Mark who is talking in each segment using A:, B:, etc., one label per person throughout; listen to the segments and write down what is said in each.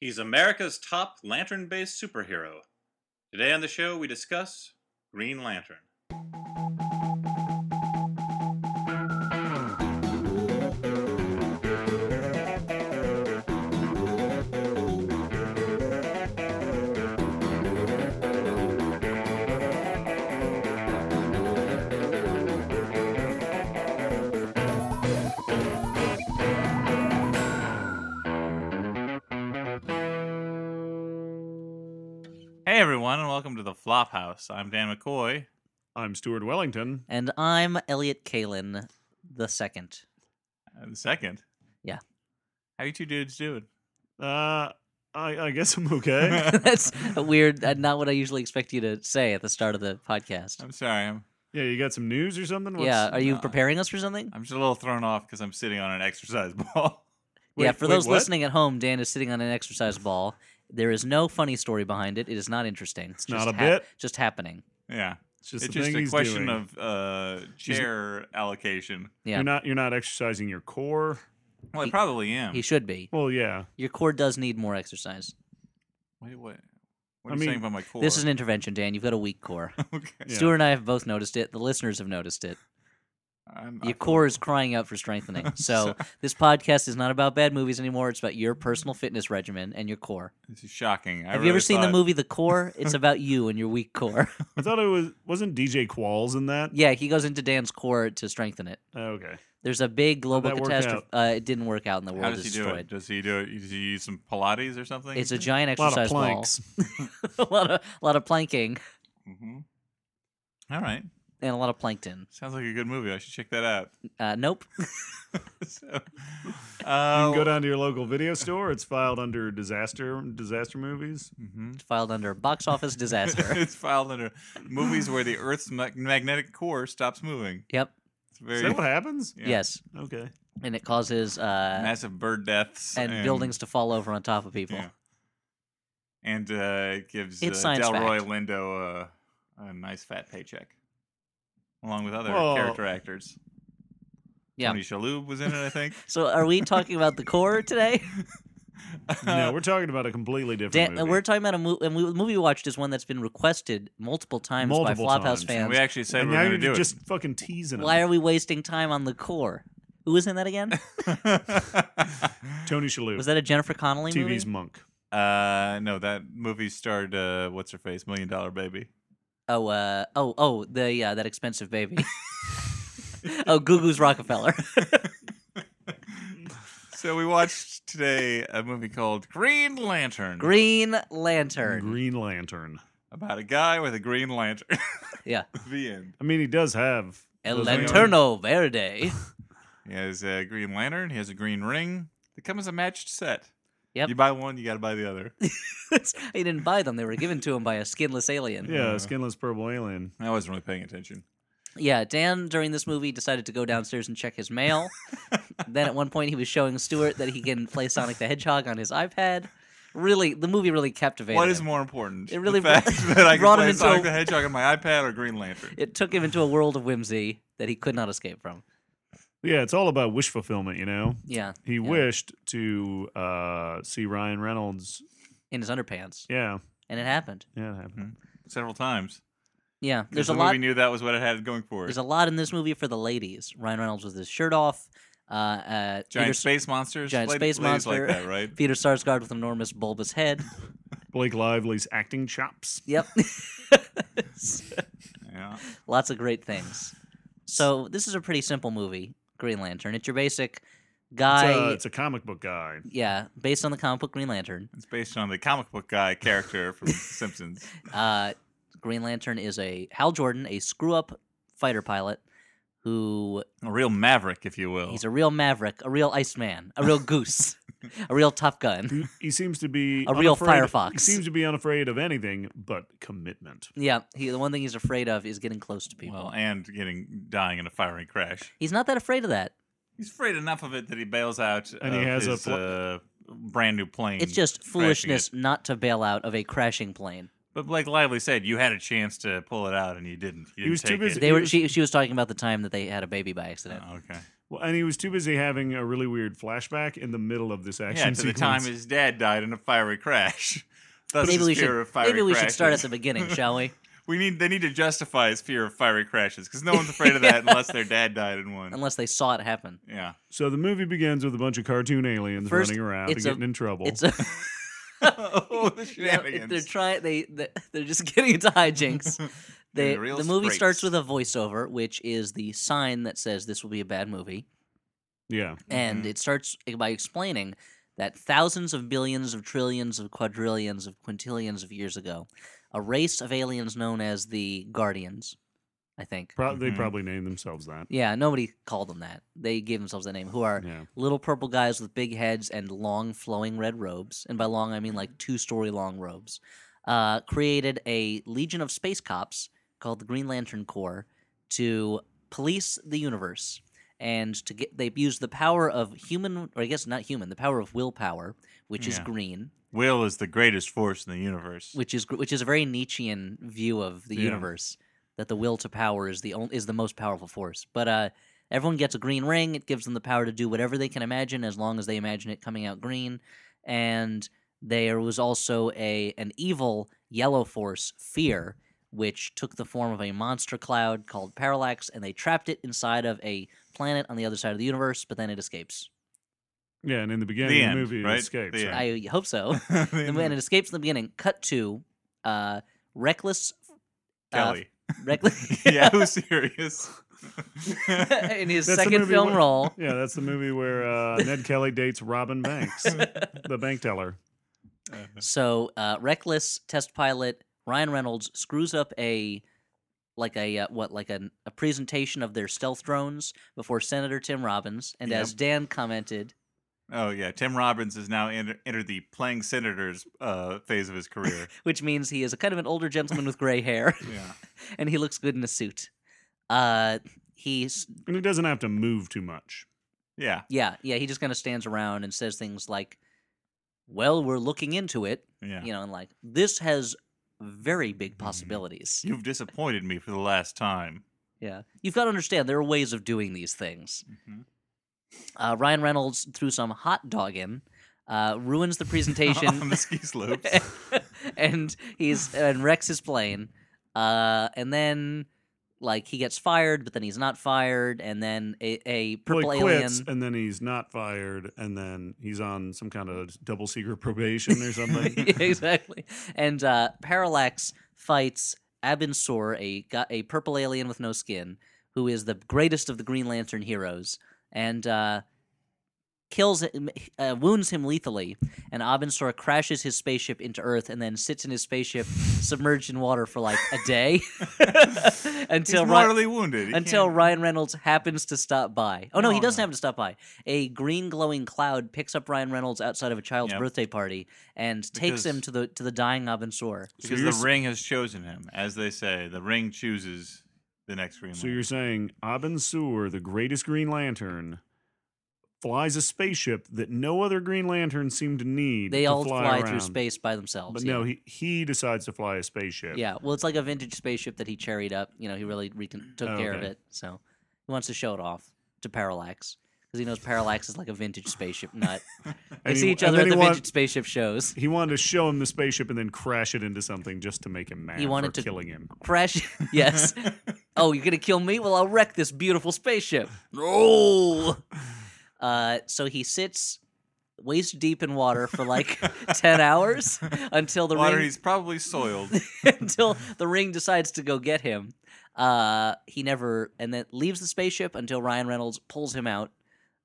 A: He's America's top lantern based superhero. Today on the show, we discuss Green Lantern. Hey everyone, and welcome to the Flophouse. I'm Dan McCoy.
B: I'm Stuart Wellington.
C: And I'm Elliot Kalin the second.
A: And second,
C: Yeah.
A: how you two dudes doing?
B: Uh, I, I guess I'm okay.
C: That's a weird, uh, not what I usually expect you to say at the start of the podcast.
A: I'm sorry, I'm
B: yeah, you got some news or something?
C: yeah, are you
A: nah.
C: preparing us for something?
B: Uh,
A: I'm just a little thrown off because I'm sitting on an exercise ball.
C: yeah,
B: wait-
C: for
B: wait,
C: those
B: what?
C: listening at home, Dan is sitting on an exercise ball. There is no funny story behind it. It is not interesting. It's
B: Not
C: just
B: a bit?
C: Just happening.
A: yeah,
B: It's just
A: it's
B: the
A: just
B: thing
A: a
B: he's
A: question
B: doing.
A: of uh, chair allocation.
C: Yeah,
B: You're not you're not exercising your core.
A: Well, I
C: He-
A: probably am.
C: he should be.
B: Well, yeah.
C: Your core does need more exercise.
A: Wait, what? What are
B: I
A: you saying
B: mean,
A: about my core?
C: This is an intervention, Dan. You've got a weak core.
A: okay.
B: Yeah.
C: Stuart and I have both noticed it. The listeners have noticed it.
A: I'm,
B: Uh,
C: Your core is crying out for strengthening. So this podcast is not about bad movies anymore. It's about your personal fitness regimen and your core.
A: This is shocking. I
C: Have you ever
A: really
C: seen the
A: thought-
C: movie The Core? It's about you and your weak core.
B: I thought it was wasn't DJ Qualls in that.
C: yeah, he goes into Dan's core to strengthen it.
B: Oh, okay.
C: There's a big global
B: that work
C: catastrophe. Uh, it didn't work out, and the
A: How
C: world
A: does
C: is
A: he do it?
C: destroyed.
A: Does he do it? Does he use some Pilates or something?
C: It's a giant
B: A lot of
C: exercise ball.
B: planks.
C: a lot of a lot of planking
A: hmm All right.
C: and a lot of plankton.
A: Sounds like a good movie. I should check that out.
C: Uh, nope.
A: so, uh,
B: You
A: Oh.
B: can go down to your local video store. It's filed under disaster disaster movies.
A: mhm.
C: It's filed under box office disaster.
A: it's filed under movies where the Earth's ma- magnetic core stops moving.
C: yep.
A: It's very
B: Is that what happens?
A: yeah,
C: Yes,
B: Okay.
C: and it causes uh,
A: massive bird deaths
C: and, buildings to fall over on top of people.
A: Yeah. And uh, it gives
C: It's
A: uh,
C: science
A: Delroy
C: fact.
A: Lindo a, a nice fat paycheck, along with other
B: Well-
A: character actors.
C: Yeah.
A: Tony Shalhoub was in it, I think.
C: So are we talking about the core today?
B: No, we're talking about a completely different
C: Dan,
B: movie.
C: we're talking about a movie, and we, the movie we watched is one that's been requested multiple times
B: Multiple
C: by Flophouse
B: times.
A: And
C: fans.
A: we actually said
B: and
A: we
B: now
A: are
B: you're
A: going to do
B: just fucking teasing
C: Why
B: him.
C: are we wasting time on the core? Who was in that again?
A: it.
B: Tony Shalhoub,
C: Was that a Jennifer Connelly
B: TV's
C: movie?
B: monk.
A: uh, no, that movie starred uh, what's her face, Million Dollar Baby.
C: Oh, uh, oh, oh, the yeah, that expensive baby. oh, Goo Goo's Rockefeller.
A: so we watched today a movie called Green Lantern
C: Green Lantern.
B: Green Lantern.
A: about a guy with a green lantern.
C: Yeah.
A: the end.
B: I mean, he does have
C: El
B: those names.
C: Lanterno Verde.
A: He has a green lantern. He has a green ring. They come as a matched set.
C: Yep.
A: You buy one, you got to buy the other.
C: he didn't buy them; they were given to him by a skinless alien.
B: Yeah,
A: Yeah.
B: skinless purple alien.
A: I wasn't really paying attention.
C: Yeah, Dan during this movie decided to go downstairs and check his mail. then at one point he was showing Stuart that he can play Sonic the Hedgehog on his iPad. Really, the movie really captivated
A: What is
C: him.
A: more important?
C: It really
A: the fact
C: brought-
A: that I can
C: brought him
A: play
C: into
A: Sonic
C: a-
A: the Hedgehog on my iPad or Green Lantern.
C: It took him into a world of whimsy that he could not escape from.
B: Yeah, it's all about wish fulfillment, you know?
C: Yeah,
B: He
C: Yeah.
B: wished to uh, see Ryan Reynolds.
C: in his underpants,
B: Yeah,
C: and it happened.
B: yeah, it happened.
A: Several times.
C: Yeah, there's
A: the
C: a lot.
A: Movie knew that was what it had going for it.
C: There's a lot in this movie for the ladies. Ryan Reynolds with his shirt off. Uh, uh,
A: Giant
C: Peter,
A: space monsters.
C: giant
A: Lady-
C: space
A: ladies
C: monster.
A: like that, right?
C: Peter Sarsgaard with an enormous bulbous head.
B: Blake Lively's acting chops.
C: yep.
A: Yeah.
C: lots of great things. So this is a pretty simple movie, Green Lantern. It's your basic
B: It's,
C: guy,
B: a, it's a comic book guy.
C: yeah, based on the comic book Green Lantern.
A: It's based on the comic book guy character from The Simpsons.
C: Uh, Green Lantern is a Hal Jordan, a screw up fighter pilot who
A: A real maverick, if you will.
C: he's a real maverick, a real Iceman, a real goose, a real Top Gun.
B: He, he seems to be
C: A real
B: unafraid-
C: Firefox.
B: He seems to be unafraid of anything but commitment.
C: Yeah, he, the one thing he's afraid of is getting close to people.
A: well, and getting dying in a fiery crash.
C: he's not that afraid of that.
A: He's afraid enough of it that he bails out.
B: And he
A: of
B: has a
A: his,
B: pl-
A: uh, brand new plane.
C: It's just
A: crashing
C: foolishness
A: it.
C: not to bail out of a crashing plane.
A: But Blake Lively said you had a chance to pull it out and you didn't. You didn't
B: was too
A: take
B: busy-
A: It.
C: They were
B: was-
C: she, she was talking about the time that they had a baby by accident.
A: Oh, okay.
B: Well, and he was too busy having a really weird flashback in the middle of this action
A: yeah, to the
B: sequence.
A: time his dad died in a fiery crash. Thus
C: Maybe
A: his
C: we
A: fear
C: should
A: of fiery
C: maybe we should start at
A: crashes.
C: the beginning, shall we?
A: We need they need to justify his fear of fiery crashes because no one's afraid of that unless their dad died in one.
C: Unless they saw it happen.
A: yeah,
B: so the movie begins with a bunch of cartoon aliens
C: First,
B: running around and
C: it's a-
B: getting in trouble.
C: It's a,
A: oh, the
C: you know, it-
A: shenanigans.
C: they're trying they they- they're just getting into hijinks. They,
A: They're real
C: the movie starts
A: sprites.
C: with a voiceover, which is the sign that says this will be a bad movie,
B: yeah.
C: and
A: Mhm.
C: it starts by explaining that thousands of billions of trillions of quadrillions of quintillions of years ago, a race of aliens known as the Guardians, I think.
B: Pro- They
A: Mhm.
B: probably named themselves that.
C: Yeah, nobody called them that. They gave themselves that name. Who are
B: Yeah.
C: little purple guys with big heads and long flowing red robes and by long i mean like two story long robes uh, created a legion of space cops called the green lantern corps to police the universe and to get they used the power of human or i guess not human the power of willpower which is
A: Yeah.
C: green
A: Will is the greatest force in the universe.
C: which is gr- which is a very Nietzschean view of the
B: Yeah.
C: universe that the will to power is the only, is the most powerful force. But uh, everyone gets a green ring. It gives them the power to do whatever they can imagine as long as they imagine it coming out green. And there was also a an evil yellow force, fear, which took the form of a monster cloud called Parallax, and they trapped it inside of a planet on the other side of the universe. But then it escapes.
B: Yeah, and in the beginning
A: The
B: of
A: end,
B: the movie,
A: right?
B: it escapes.
A: The
B: right?
C: I hope so.
A: Mm-hmm.
C: and when it escapes in the beginning, cut to uh, reckless uh,
A: Kelly.
C: reckless
A: yeah, who's serious?
C: in his
B: That's the
C: second
B: movie
C: film
B: where-
C: role.
B: Yeah, that's the movie where uh, Ned Kelly dates Robin Banks, the bank teller.
C: So uh, reckless test pilot Ryan Reynolds screws up a like a uh, what like an, a presentation of their stealth drones before Senator Tim Robbins, and
A: Yep.
C: as Dan commented,
A: oh yeah, Tim Robbins has now enter- entered the playing senators uh, phase of his career.
C: which means he is a kind of an older gentleman with gray hair,
A: yeah,
C: and he looks good in a suit. Uh, he's
B: And he doesn't have to move too much.
A: yeah,
C: yeah yeah he just kind of stands around and says things like, "Well, we're looking into it,"
A: yeah.
C: you know, and like this has very big
B: Mm-hmm.
C: possibilities.
A: You've disappointed me for the last time.
C: Yeah. You've got to understand there are ways of doing these things. Uh, Ryan Reynolds threw some hot dog in, uh, ruins the
A: on
C: presentation,
A: the ski slopes.
B: Oh,
C: and he's and wrecks his plane. Uh, and then, like, he gets fired, but then he's not fired. And then a, a purple
B: well, he
C: alien.
B: quits, and then he's not fired, and then he's on some kind of double secret probation or something.
C: Yeah, exactly. And uh, Parallax fights Abensor, a gu- a purple alien with no skin, who is the greatest of the Green Lantern heroes, and uh, kills him, uh, wounds him lethally. And Abensor crashes his spaceship into Earth, and then sits in his spaceship submerged in water for like a day
A: He's
C: until Ry-
A: mortally wounded. He
C: until
A: can't-
C: Ryan Reynolds happens to stop by. Oh no, he
A: No,
C: doesn't
A: no.
C: happen to stop by. A green glowing cloud picks up Ryan Reynolds outside of a child's
A: Yep.
C: birthday party and takes him
A: Because-
C: to the to the dying Abensor.
B: So
A: because
B: you're
A: the
B: s-
A: ring has chosen him, as they say, the ring chooses the next Green
B: so
A: Lantern.
B: you're saying Abin Sur, the greatest Green Lantern, flies a spaceship that no other Green Lantern seemed to need.
C: They
B: to
C: all
B: fly,
C: fly,
B: around.
C: through space by themselves.
B: But
C: yeah.
B: no, he he decides to fly a spaceship.
C: yeah, well, it's like a vintage spaceship that he cherried up. You know, he really recon- took
B: Oh,
C: care of
B: okay.
C: it, so he wants to show it off to Parallax because he knows Parallax is like a vintage spaceship nut. They
B: And
C: see
B: he-
C: each
B: and
C: other at
B: then
C: the
B: he wa-
C: vintage spaceship shows.
B: He wanted to show him the spaceship and then crash it into something just to make him mad.
C: He wanted
B: for
C: to-
B: killing him.
C: Crash. yes. Oh, you're gonna kill me? Well, I'll wreck this beautiful spaceship. Oh. Uh, so he sits waist deep in water for like ten hours until the
A: Water,
C: ring
A: he's probably soiled.
C: until the ring decides to go get him. Uh, he never and then leaves the spaceship until Ryan Reynolds pulls him out.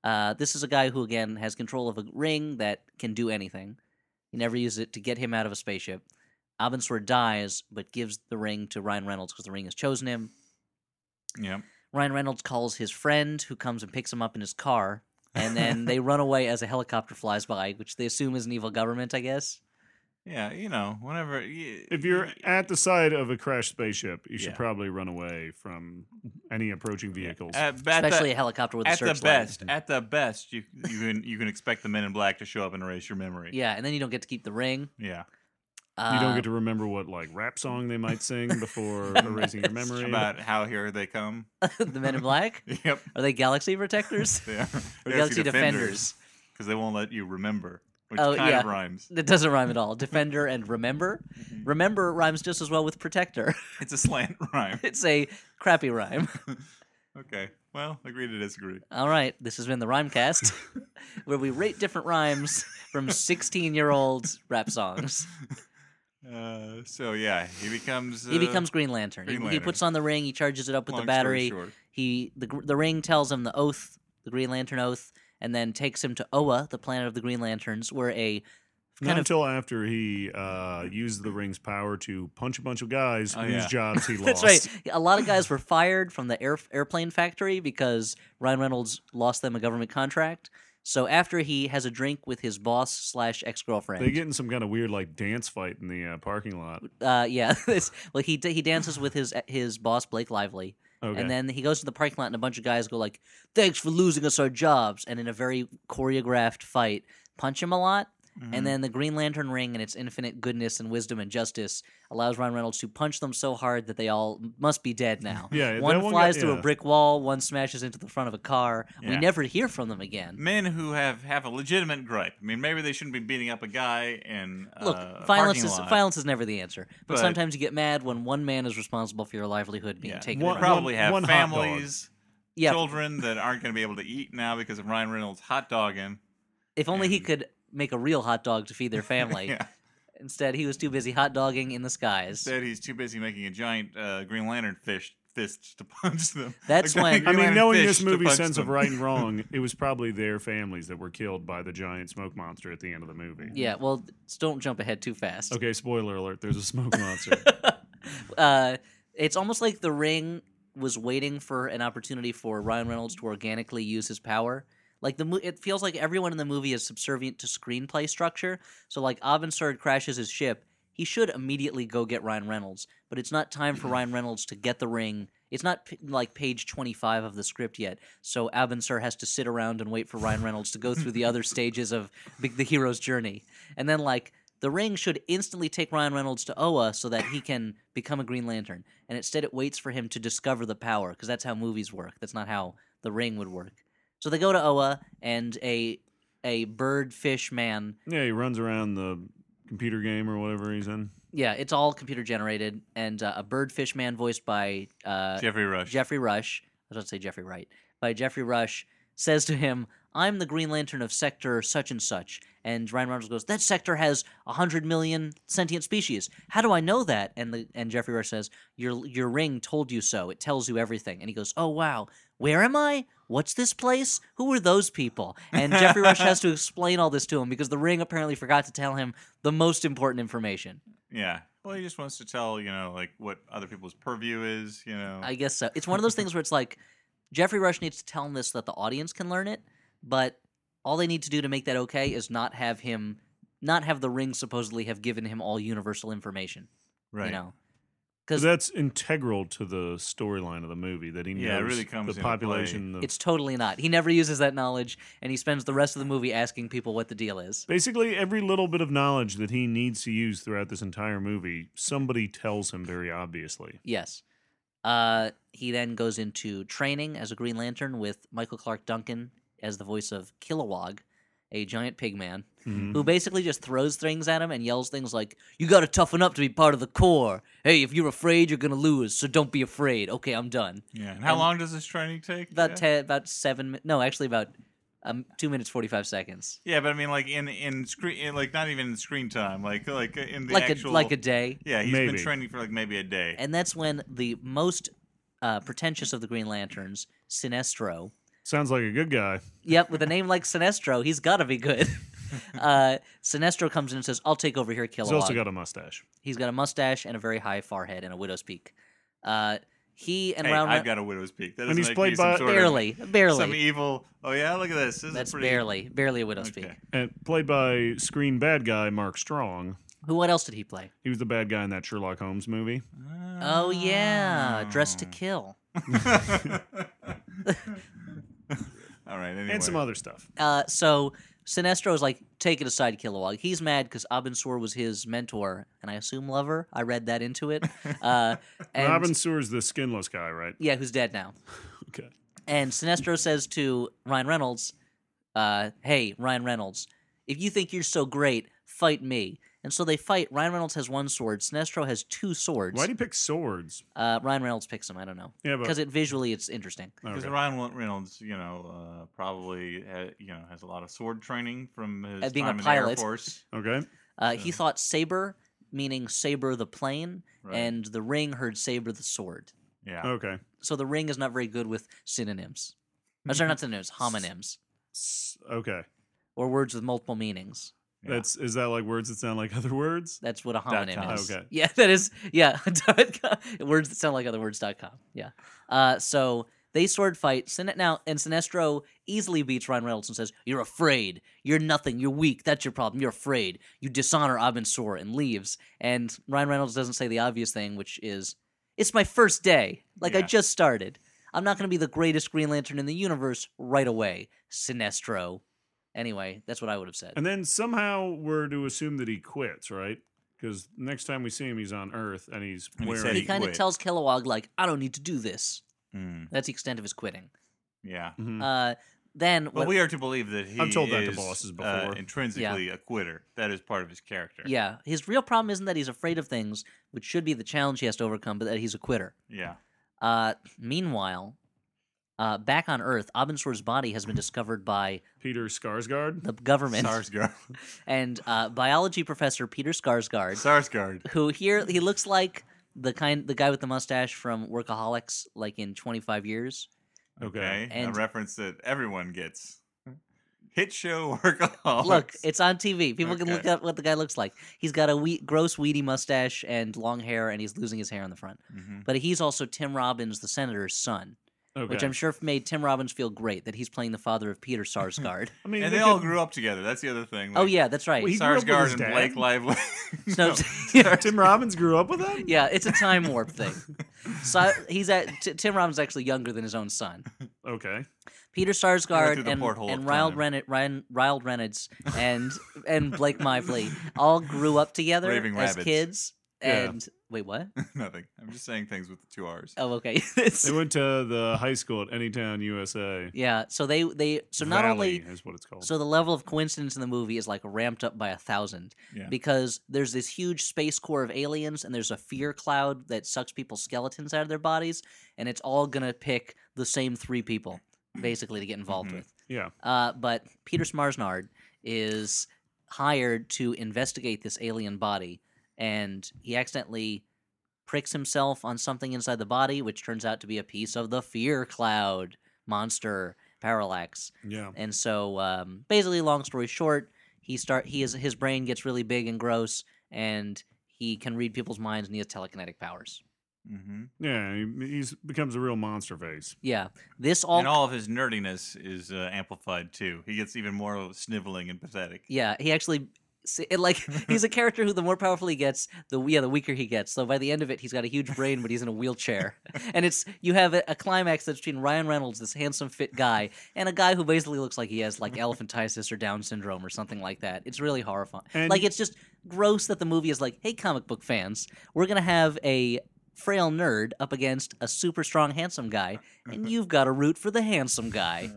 C: Uh, this is a guy who again has control of a ring that can do anything. He never uses it to get him out of a spaceship. Abensur dies, but gives the ring to Ryan Reynolds because the ring has chosen him.
A: yep.
C: Ryan Reynolds calls his friend, who comes and picks him up in his car, and then they run away as a helicopter flies by, which they assume is an evil government, I guess.
A: Yeah, you know, whenever y-
B: If you're at the side of a crashed spaceship, you should
A: Yeah.
B: probably run away from any approaching vehicles.
A: at, at
C: Especially
A: the,
C: a helicopter with a
A: at the
C: searchlight.
A: best, at the best, you you can you can expect the Men in Black to show up and erase your memory.
C: Yeah, and then you don't get to keep the ring.
A: Yeah.
B: you don't
C: Uh,
B: get to remember what like rap song they might sing before erasing your
C: It's
B: memory.
A: about how here they come.
C: the Men in Black.
A: Yep.
C: Are they Galaxy Protectors?
A: They are.
C: Or Galaxy Defenders?
A: Because they won't let you remember, which
C: Oh,
A: kind
C: yeah.
A: of rhymes.
C: That doesn't rhyme at all. Defender and remember.
A: Mm-hmm.
C: Remember rhymes just as well with protector.
A: It's a slant rhyme.
C: It's a crappy rhyme.
A: Okay. Well, agree to disagree.
C: All right, this has been the Rhymecast, where we rate different rhymes from 16 year old rap songs.
A: Uh, so yeah, he becomes. Uh,
C: He becomes Green Lantern. He-
A: Green
C: He,
A: Lantern.
C: puts on the ring, he charges it up with
A: long
C: the
A: story
C: battery.
A: short.
C: He the, gr- the ring tells him the oath, the Green Lantern oath, and then takes him to Oa, the planet of the Green Lanterns, where a
B: Not
C: kind of
B: until after he uh, used the ring's power to punch a bunch of guys
A: Oh,
B: whose
A: yeah.
B: jobs he
C: That's
B: lost.
C: right. A lot of guys were fired from the air, airplane factory because Ryan Reynolds lost them a government contract. So after he has a drink with his boss slash ex
B: They
C: girlfriend,
B: get in some kind of weird like dance fight in the uh, parking lot.
C: uh, yeah, this, well he he dances with his his boss Blake Lively,
B: Okay.
C: and then he goes to the parking lot, and a bunch of guys go like, "Thanks for losing us our jobs," and in a very choreographed fight, punch him a lot.
A: Mhm.
C: And then the Green Lantern ring and its infinite goodness and wisdom and justice allows Ryan Reynolds to punch them so hard that they all must be dead now.
B: yeah,
C: One
B: that guy-
C: flies through
B: yeah.
C: a brick wall, one smashes into the front of a car. We
A: Yeah.
C: never hear from them again.
A: men who have have a legitimate gripe. I mean, maybe they shouldn't be beating up a guy in uh,
C: Look,
A: a
C: violence
A: parking
C: is
A: lot.
C: violence is never the answer. But,
A: But-
C: sometimes you get mad when one man is responsible for your livelihood being
A: Yeah.
C: taken.
A: They
B: One-
C: from you.
A: probably have
B: one hot dog.
A: families,
C: yeah,
A: children that aren't going to be able to eat now because of Ryan Reynolds hot dogging.
C: if only he
A: and-
C: could make a real hot dog to feed their family.
A: yeah.
C: Instead, he was too busy hot dogging in the skies.
A: Instead, he's too busy making a giant uh, Green Lantern fish fist to punch them.
C: That's
A: A giant
C: when-
A: Green
B: I mean,
A: Lantern
B: knowing
A: fish
B: this
A: to
B: movie's
A: punch
B: sense of
A: them.
B: right and wrong, it was probably their families that were killed by the giant smoke monster at the end of the movie.
C: yeah, well, s- don't jump ahead too fast.
B: Okay, spoiler alert. There's a smoke monster.
C: uh, it's almost like the ring was waiting for an opportunity for Ryan Reynolds to organically use his power. Like the mo- it feels like everyone in the movie is subservient to screenplay structure. So like Abensard crashes his ship, he should immediately go get Ryan Reynolds, but it's not time for Ryan Reynolds to get the ring. It's not p- like page 25 of the script yet. So Abensur has to sit around and wait for Ryan Reynolds to go through the other stages of the, the hero's journey. And then like the ring should instantly take Ryan Reynolds to Oa so that he can become a Green Lantern. And instead, it waits for him to discover the power because that's how movies work. That's not how the ring would work. So they go to Oa, and a a bird fish man.
B: yeah, he runs around the computer game or whatever he's in.
C: Yeah, it's all computer generated, and uh, a bird fish man voiced by uh,
A: Jeffrey Rush.
C: Jeffrey Rush. I was about to say Jeffrey Wright. By Jeffrey Rush says to him, "I'm the Green Lantern of Sector such and such." And Ryan Reynolds goes, "That sector has hundred million sentient species. How do I know that?" And the and Jeffrey Rush says, "Your your ring told you so. It tells you everything." And he goes, "Oh wow, where am I? What's this place? Who are those people?" And Jeffrey Rush has to explain all this to him because the ring apparently forgot to tell him the most important information.
A: Yeah. Well, he just wants to tell you know like what other people's purview is. You know.
C: I guess so. It's one of those things where it's like Jeffrey Rush needs to tell him this so that the audience can learn it, but all they need to do to make that okay is not have him not have the ring supposedly have given him all universal information.
A: right.
C: You know.
B: Because that's
C: 'Cause-
B: integral to the storyline of the movie that he knows
A: Yeah, it really comes
B: the
A: into
B: population. Of,
C: It's totally not. He never uses that knowledge and he spends the rest of the movie asking people what the deal is.
B: basically every little bit of knowledge that he needs to use throughout this entire movie. Somebody tells him very obviously.
C: Yes. Uh, he then goes into training as a Green Lantern with Michael Clark Duncan as the voice of Kilowog, a giant pig man.
A: Mm-hmm.
B: Mhm.
C: who basically just throws things at him and yells things like, You gotta toughen up to be part of the core. Hey, if you're afraid, you're gonna lose, so don't be afraid. Okay, I'm done.
A: Yeah. And how
C: And-
A: long does this training take?
C: About
A: yeah?
C: ten, about seven, mi- no, actually about um, two minutes, 45 seconds.
A: Yeah, but I mean, like in in screen, in, like not even in screen time, like like uh, in the
C: like
A: actual,
C: a like a day.
A: yeah, he's
B: Maybe.
A: been training for like maybe a day.
C: And that's when the most uh, pretentious of the Green Lanterns, Sinestro,
B: Sounds like a good guy.
C: yep, with a name like Sinestro, he's gotta be good. uh, Sinestro comes in and says, I'll take over here, Kilowog.
B: He's also got a mustache.
C: He's got a mustache and a very high forehead and a widow's peak. Uh, he and
A: hey,
C: Round
A: I've got a widow's peak. That
B: And
A: doesn't
B: he's
A: make
B: played
A: me some
B: by-
A: sort of-
C: barely, barely.
A: some evil. Oh yeah, look at this. this
C: That's
A: is pretty,
C: barely, barely a widow's
A: Okay.
C: peak.
B: And played by screen bad guy Mark Strong.
C: Who? What else did he play?
B: He was the bad guy in that Sherlock Holmes movie.
C: Oh yeah, Dressed to
A: Oh.
C: Kill.
A: All right. Anyway.
B: And some other stuff.
C: Uh, so Sinestro's like, take it aside, Kilowog. He's mad because Abensur was his mentor, and I assume lover. I read that into it. Uh, and
B: Robin Sewer's the skinless guy, right?
C: yeah, who's dead now.
B: Okay.
C: And Sinestro says to Ryan Reynolds, uh, "Hey, Ryan Reynolds, if you think you're so great, fight me." And so they fight. Ryan Reynolds has one sword. Sinestro has two swords.
B: Why do you pick swords?
C: uh, Ryan Reynolds picks him. I don't know
B: Yeah, but
C: because it visually it's interesting.
A: Because
B: okay.
A: Ryan Reynolds, you know, uh, probably ha- you know has a lot of sword training from his
C: Uh, being a
A: time in the Air
C: pilot.
A: Force.
B: okay.
C: Uh, He
A: Mhm.
C: thought saber, meaning saber the plane,
A: Right.
C: and the ring heard saber the sword.
A: yeah,
B: Okay.
C: So the ring is not very good with synonyms. Or
B: Hmm.
C: sorry, not synonyms, homonyms,
B: S- Okay.
C: or words with multiple meanings.
A: yeah.
B: That's is that like words that sound like other words?
C: That's what a
A: Dot
C: homonym
A: com.
C: is.
B: Okay.
C: Yeah, that is. Yeah. dot com. words that sound like other words. Dot com. Yeah. Uh, so they sword fight. Sin- now, and Sinestro easily beats Ryan Reynolds and says, You're afraid. You're nothing. You're weak. That's your problem. You're afraid. You dishonor Abensur and leaves. And Ryan Reynolds doesn't say the obvious thing, which is, It's my first day. Like, I
A: Yeah.
C: just started. I'm not going to be the greatest Green Lantern in the universe right away, Sinestro. Anyway, that's what I would have said.
B: And then somehow we're to assume that he quits, right? Because next time we see him, he's on Earth and he's
A: And he
B: wearing.
A: said
C: he
A: he
C: kind of
A: quit.
C: tells Kilowog, like, I don't need to do this.
A: Mm,
C: That's the extent of his quitting.
A: yeah.
B: Mhm.
C: Uh, then
A: Well,
C: what-
A: Hmm. we are to believe that he
B: I've told that to
A: is,
B: bosses
A: uh,
B: before.
A: intrinsically a quitter. That is part of his character.
C: yeah, his real problem isn't that he's afraid of things, which should be the challenge he has to overcome, but that he's a quitter.
A: yeah.
C: Uh, meanwhile, uh, back on Earth, Abensur's body has been discovered by
B: Peter Skarsgård.
C: the government
A: Sarsgaard.
C: and uh, biology professor Peter Skarsgård,
A: Sarsgaard.
C: who here he looks like the kind the guy with the mustache from Workaholics, like in 25 years.
B: Okay.
A: Okay,
C: And-
A: a reference that everyone gets. Hit show workaholics.
C: Look, it's on TV. People can
A: Okay.
C: look up what the guy looks like. He's got a we- gross, weedy mustache and long hair, and he's losing his hair in the front.
A: Mhm.
C: But he's also Tim Robbins, the senator's son,
B: Okay.
C: which I'm sure made Tim Robbins feel great that he's playing the father of Peter Sarsgaard.
B: I mean,
A: and they
B: look
A: all
B: at-
A: grew up together. That's the other thing.
C: oh
A: like,
C: yeah, that's right.
B: Well, he grew up with
A: Sarsgaard
B: his
A: and
B: dad?
A: Blake Lively.
C: Snow-
B: Tim Robbins grew up with him.
C: yeah, it's a time warp thing. So he's at T- Tim Robbins is actually younger than his own son.
B: Okay.
C: Peter
A: through
C: Sarsgaard
A: the
C: and,
A: porthole
C: and
A: of
C: Ryle
A: time.
C: Reynolds, Ryan, Ryle Reynolds and and Blake Mively all grew up together
A: Raving
C: as
A: rabbits.
C: kids.
B: Yeah.
C: And wait, what?
A: Nothing. I'm just saying things with the two R's.
C: Oh, okay. It's-
B: They went to the high school at Anytown, USA.
C: yeah. So they they so not only
B: Valley is what it's called.
C: So the level of coincidence in the movie is like ramped up by a thousand
A: Yeah.
C: because there's this huge space core of aliens and there's a fear cloud that sucks people's skeletons out of their bodies, and it's all gonna pick the same three people basically to get involved
A: Mhm.
C: with.
B: yeah.
C: Uh, but Peter Smarsnard is hired to investigate this alien body, and he accidentally pricks himself on something inside the body, which turns out to be a piece of the fear cloud monster parallax.
B: Yeah.
C: And so, um, basically, long story short, he start he is his brain gets really big and gross, and he can read people's minds and he has telekinetic powers.
A: hmm
B: Yeah. He he's, becomes a real monster face.
C: Yeah, this all.
A: And all of his nerdiness is uh, amplified too. He gets even more sniveling and pathetic.
C: yeah, he actually. s- It, like he's a character who the more powerful he gets, the yeah the weaker he gets. So by the end of it, he's got a huge brain, but he's in a wheelchair, and it's you have a, a climax that's between Ryan Reynolds, this handsome fit guy, and a guy who basically looks like he has like elephantiasis or Down syndrome or something like that. It's really horrifying.
B: And
C: like it's just gross that the movie is like, hey, comic book fans, we're gonna have a frail nerd up against a super strong handsome guy, and you've got to root for the handsome guy,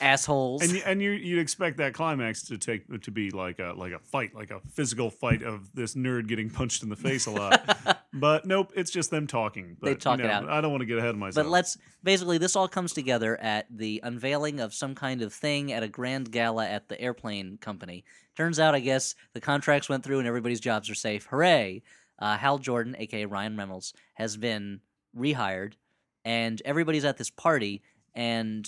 C: assholes.
B: and you, and you you'd expect that climax to take to be like a like a fight, like a physical fight of this nerd getting punched in the face a lot. but nope, it's just them talking. But,
C: They talk it
B: you know,
C: out.
B: I don't want to get ahead of myself.
C: but let's basically this all comes together at the unveiling of some kind of thing at a grand gala at the airplane company. Turns out, I guess the contracts went through and everybody's jobs are safe. Hooray! Uh, Hal Jordan, aka Ryan Reynolds, has been rehired, and everybody's at this party. And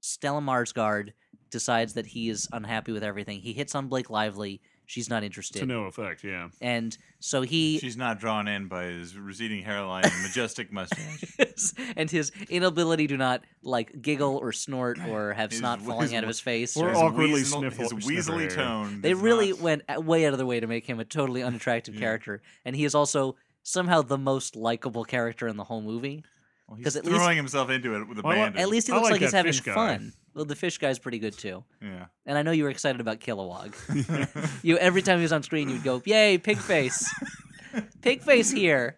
C: Stella Marsgard decides that he is unhappy with everything. He hits on Blake Lively. She's not interested,
B: to no effect. Yeah.
C: and so he
A: She's not drawn in by his receding hairline and majestic mustache.
C: and his inability to not like giggle or snort or have
A: His
C: snot falling out
A: weasel-
C: of his face.
B: Or
A: His
B: awkwardly
A: weasel-
B: sniffle-
A: His
B: sniffer
A: weaselly
B: area.
A: tone.
C: they
A: does
C: really
A: not-
C: went a- way out of their way to make him a totally unattractive
A: Yeah.
C: character, and he is also somehow the most likable character in the whole movie.
A: Well, he's
C: Because at
A: throwing
C: least-
A: himself into it with
B: Well, I-
A: abandon.
C: At least he
B: I
C: looks
B: like
C: like, he's
B: that
C: having
B: fish guy.
C: fun. Well, the fish guy's pretty good too.
A: yeah.
C: And I know you were excited about Kilowog. you every time he was on screen, you'd go, "Yay, pig face! pig face here!"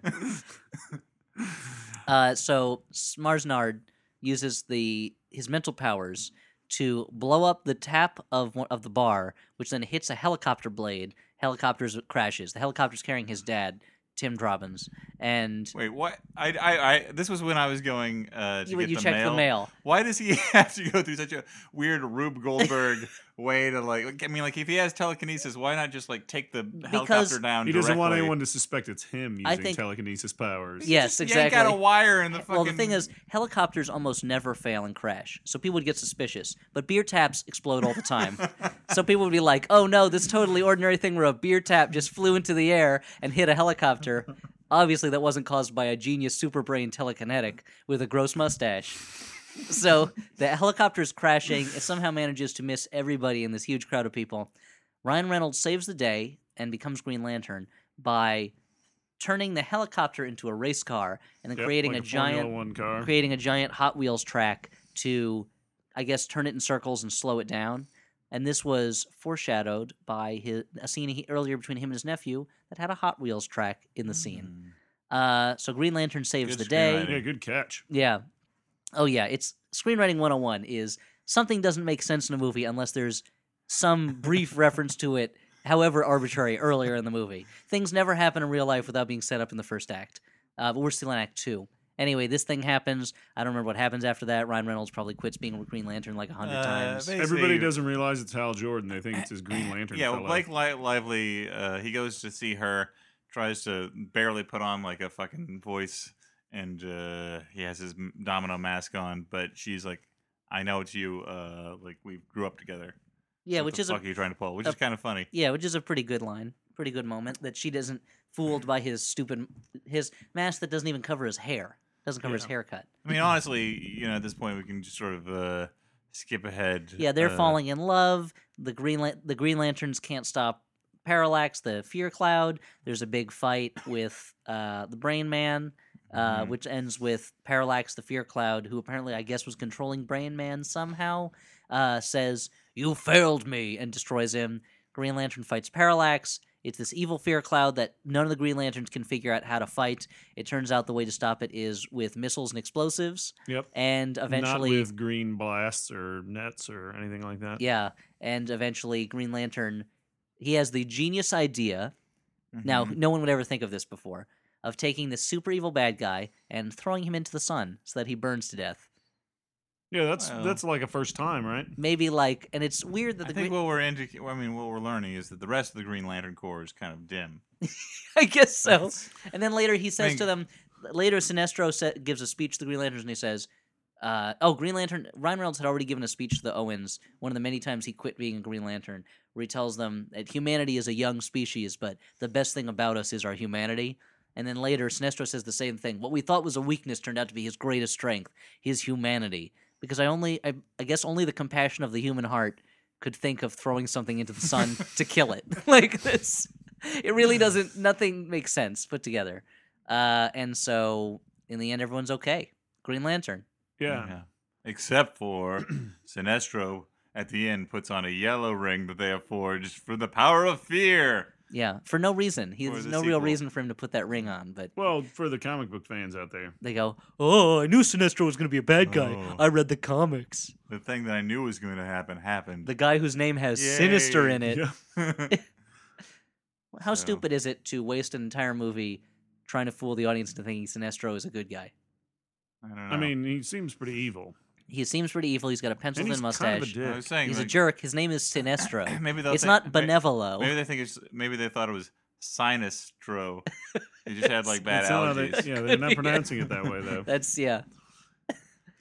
C: Uh, so Smarsnard uses the his mental powers to blow up the tap of one, of the bar, which then hits a helicopter blade. Helicopters crashes. The helicopter's carrying his dad, Tim Robbins, and
A: Wait, what? I, I, I, this was when I was going uh, to
C: you,
A: get
C: you
A: the,
C: check
A: mail.
C: the mail.
A: Why does he have to go through such a weird Rube Goldberg way to like? like, I mean, like if he has telekinesis, why not just like take the helicopter down?
B: He doesn't want
A: directly?
B: anyone to suspect it's him
C: I
B: using
C: think-
B: telekinesis powers.
C: Yes,
A: Yank
C: exactly.
A: out a wire in the fucking.
C: Well, the thing is, helicopters almost never fail and crash, so people would get suspicious. But beer taps explode all the time, so people would be like, "Oh no, this totally ordinary thing where a beer tap just flew into the air and hit a helicopter." Obviously, that wasn't caused by a genius superbrain telekinetic with a gross mustache. So the helicopter is crashing. It somehow manages to miss everybody in this huge crowd of people. Ryan Reynolds saves the day and becomes Green Lantern by turning the helicopter into a race car and then
B: Yep,
C: creating
B: like
C: a
B: Formula
C: giant
B: one car.
A: Uh-huh.
C: creating a giant Hot Wheels track to, I guess, turn it in circles and slow it down. And this was foreshadowed by his, a scene he, earlier between him and his nephew that had a Hot Wheels track in the scene.
B: Hmm.
C: Uh, so Green Lantern saves
A: Mm. Good
C: the day.
A: screenwriting.
B: yeah, good catch.
C: Yeah. Oh yeah, it's screenwriting 101 is something doesn't make sense in a movie unless there's some brief reference to it, however arbitrary, earlier in the movie. Things never happen in real life without being set up in the first act. Uh, but we're still in act two. Anyway, this thing happens. I don't remember what happens after that. Ryan Reynolds probably quits being Green Lantern like a hundred
A: Uh,
C: times.
A: they
B: Everybody
A: say-
B: doesn't realize it's Hal Jordan. They think it's his Green Lantern.
A: Yeah, well,
B: fella.
A: Blake Li- Lively, uh, he goes to see her, tries to barely put on like a fucking voice, and uh, he has his m- domino mask on, but she's like, "I know it's you. Uh, like we grew up together."
C: Yeah,
A: What
C: which
A: the
C: is a
A: fuck are you trying to pull? Which
C: a-
A: is kind of funny.
C: Yeah, which is a pretty good line, pretty good moment that she doesn't fooled by his stupid his mask that doesn't even cover his hair, doesn't cover his
A: Yeah.
C: haircut.
A: I mean, honestly, you know, at this point, we can just sort of uh, skip ahead.
C: Yeah, they're
A: uh,
C: falling in love. The Green Lan- the Green Lanterns can't stop Parallax, the Fear Cloud. There's a big fight with uh, the Brain Man, uh,
B: Mm-hmm.
A: Mhm.
C: which ends with Parallax, the Fear Cloud, who apparently I guess was controlling Brain Man somehow, uh, says, "You failed me," and destroys him. Green Lantern fights Parallax. It's this evil fear cloud that none of the Green Lanterns can figure out how to fight. It turns out the way to stop it is with missiles and explosives,
B: Yep.
C: and eventually
B: Not with green blasts or nets or anything like that.
C: yeah, and eventually Green Lantern, he has the genius idea. Now,
A: mhm.
C: no one would ever think of this before of taking this super evil bad guy and throwing him into the sun so that he burns to death.
B: Yeah, that's
A: Well.
B: that's like a first time, right?
C: Maybe like, and it's weird that
A: I
C: the
A: think
C: Green-
A: what we're indica- well, I mean, what we're learning is that the rest of the Green Lantern Corps is kind of dim.
C: I guess so. And then later he says
A: mean-
C: to them, later Sinestro sa- gives a speech to the Green Lanterns and he says, uh, oh, Green Lantern, Ryan Reynolds had already given a speech to the Owens, one of the many times he quit being a Green Lantern, where he tells them that humanity is a young species, but the best thing about us is our humanity. And then later, Sinestro says the same thing. What we thought was a weakness turned out to be his greatest strength, his humanity. Because I only, I, I guess only the compassion of the human heart could think of throwing something into the sun to kill it. Like this. It really doesn't, nothing makes sense put together. Uh, and so in the end, everyone's okay. Green Lantern.
B: Yeah.
A: Except for Sinestro at the end puts on a yellow ring that they have forged for the power of fear.
C: Yeah, for no reason. He,
A: Or
C: there's
A: the
C: no real
A: sequel.
C: reason for him to put that ring on, but
B: Well, for the comic book fans out there,
C: they go, "Oh, I knew Sinestro was going to be a bad guy.
A: Oh.
C: I read the comics.
A: The thing that I knew was going to happen happened.
C: The guy whose name has Sinister
A: Yay.
C: in it.
B: yeah,
C: How
A: So-
C: stupid is it to waste an entire movie trying to fool the audience into thinking Sinestro is a good guy?
A: I don't know.
B: I mean, he seems pretty evil.
C: He seems pretty evil. He's got a pencil
B: And
C: thin
B: he's kind of a
C: mustache.
A: I
B: dick.
A: was saying
C: he's a
A: like,
C: jerk. His name is Sinestro.
A: Maybe they'll
C: it's
A: think-
C: not
A: may-
C: Benevolo.
A: Maybe they think it's. Maybe they thought it was Sinestro. He just had like bad
B: That's not how they-
A: allergies.
B: yeah, they're
C: Yeah.
B: not pronouncing it that way though.
C: That's yeah.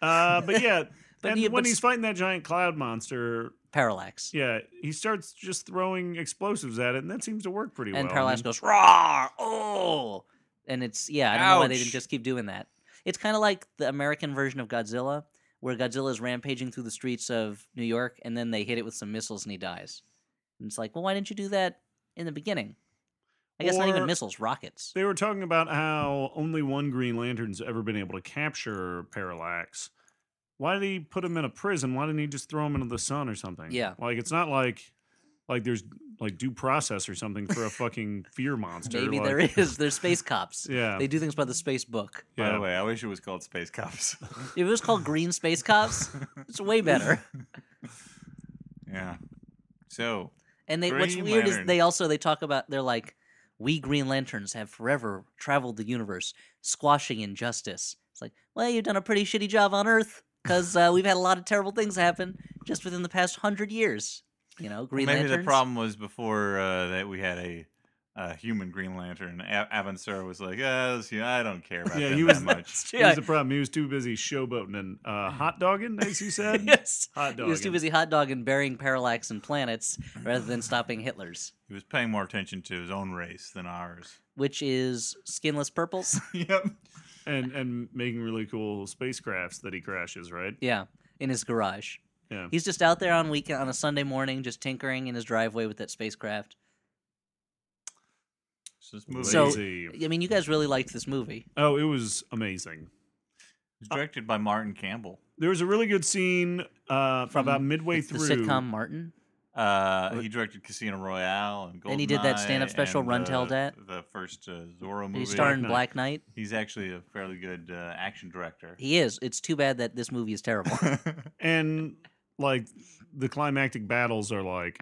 B: Uh, but yeah,
C: But
B: and
C: yeah,
B: when
C: but
B: he's
C: s-
B: fighting that giant cloud monster,
C: Parallax.
B: yeah, he starts just throwing explosives at it, and that seems to work pretty well.
C: and
B: I
C: Parallax
B: mean,
C: goes raw oh and it's yeah i don't know why they didn't
A: Ouch.
C: just keep doing that it's kind of like the american version of godzilla where godzilla is rampaging through the streets of new york and then they hit it with some missiles and he dies and it's like well why didn't you do that in the beginning I guess not even
B: Or-
C: missiles, rockets.
B: They were talking about how only one Green Lantern's ever been able to capture Parallax. Why did he put him in a prison? Why didn't he just throw him into the sun or something?
C: Yeah.
B: Like it's not like like there's like due process or something for a fucking fear monster.
C: Maybe
B: like,
C: there is. There's space cops.
B: Yeah.
C: They do things by the space book.
A: By
B: yeah.
A: the way, I wish it was called Space Cops.
C: If it was called Green Space Cops, it's way better.
A: yeah. So
C: And they, what's
A: Green
C: weird
A: Lantern.
C: is they also they talk about they're like, we Green Lanterns have forever traveled the universe, squashing injustice. It's like, well, you've done a pretty shitty job on Earth because uh, we've had a lot of terrible things happen just within the past hundred years. You know, Green
A: maybe
C: Lanterns.
A: the problem was before uh, that we had a. uh human Green Lantern. A- Avansur was like, uh, this- yeah, I don't care about
B: Yeah,
A: them
B: he was-
A: that much.
B: Here's
C: Yeah.
B: the problem. He was too busy showboating and uh, hot dogging, as you said.
C: yes.
B: Hot
C: He
B: dogging.
C: was too busy hot dogging burying parallax and planets rather than stopping Hitler's,
A: He was paying more attention to his own race than ours.
C: which is skinless purples.
A: yep.
B: and and making really cool spacecrafts that he crashes, right?
C: Yeah, in his garage.
B: Yeah.
C: He's just out there on weekend on a Sunday morning, just tinkering in his driveway with that spacecraft.
A: So this movie
C: So-
A: is
B: Lazy.
C: I mean, you guys really liked this movie.
B: oh, it was amazing.
A: directed by Martin Campbell.
B: There was a really good scene uh,
C: From
B: about midway
C: It's the
B: through
C: sitcom Martin.
A: Uh, he directed Casino Royale and Goldeneye.
C: And he did that stand-up special,
A: and,
C: Run,
A: uh,
C: Tell, Dat.
A: The first uh, Zorro movie.
C: He's starring
B: Knight.
C: Black Knight.
A: He's actually a fairly good uh, action director.
C: He is. It's too bad that this movie is terrible.
B: and like the climactic battles are like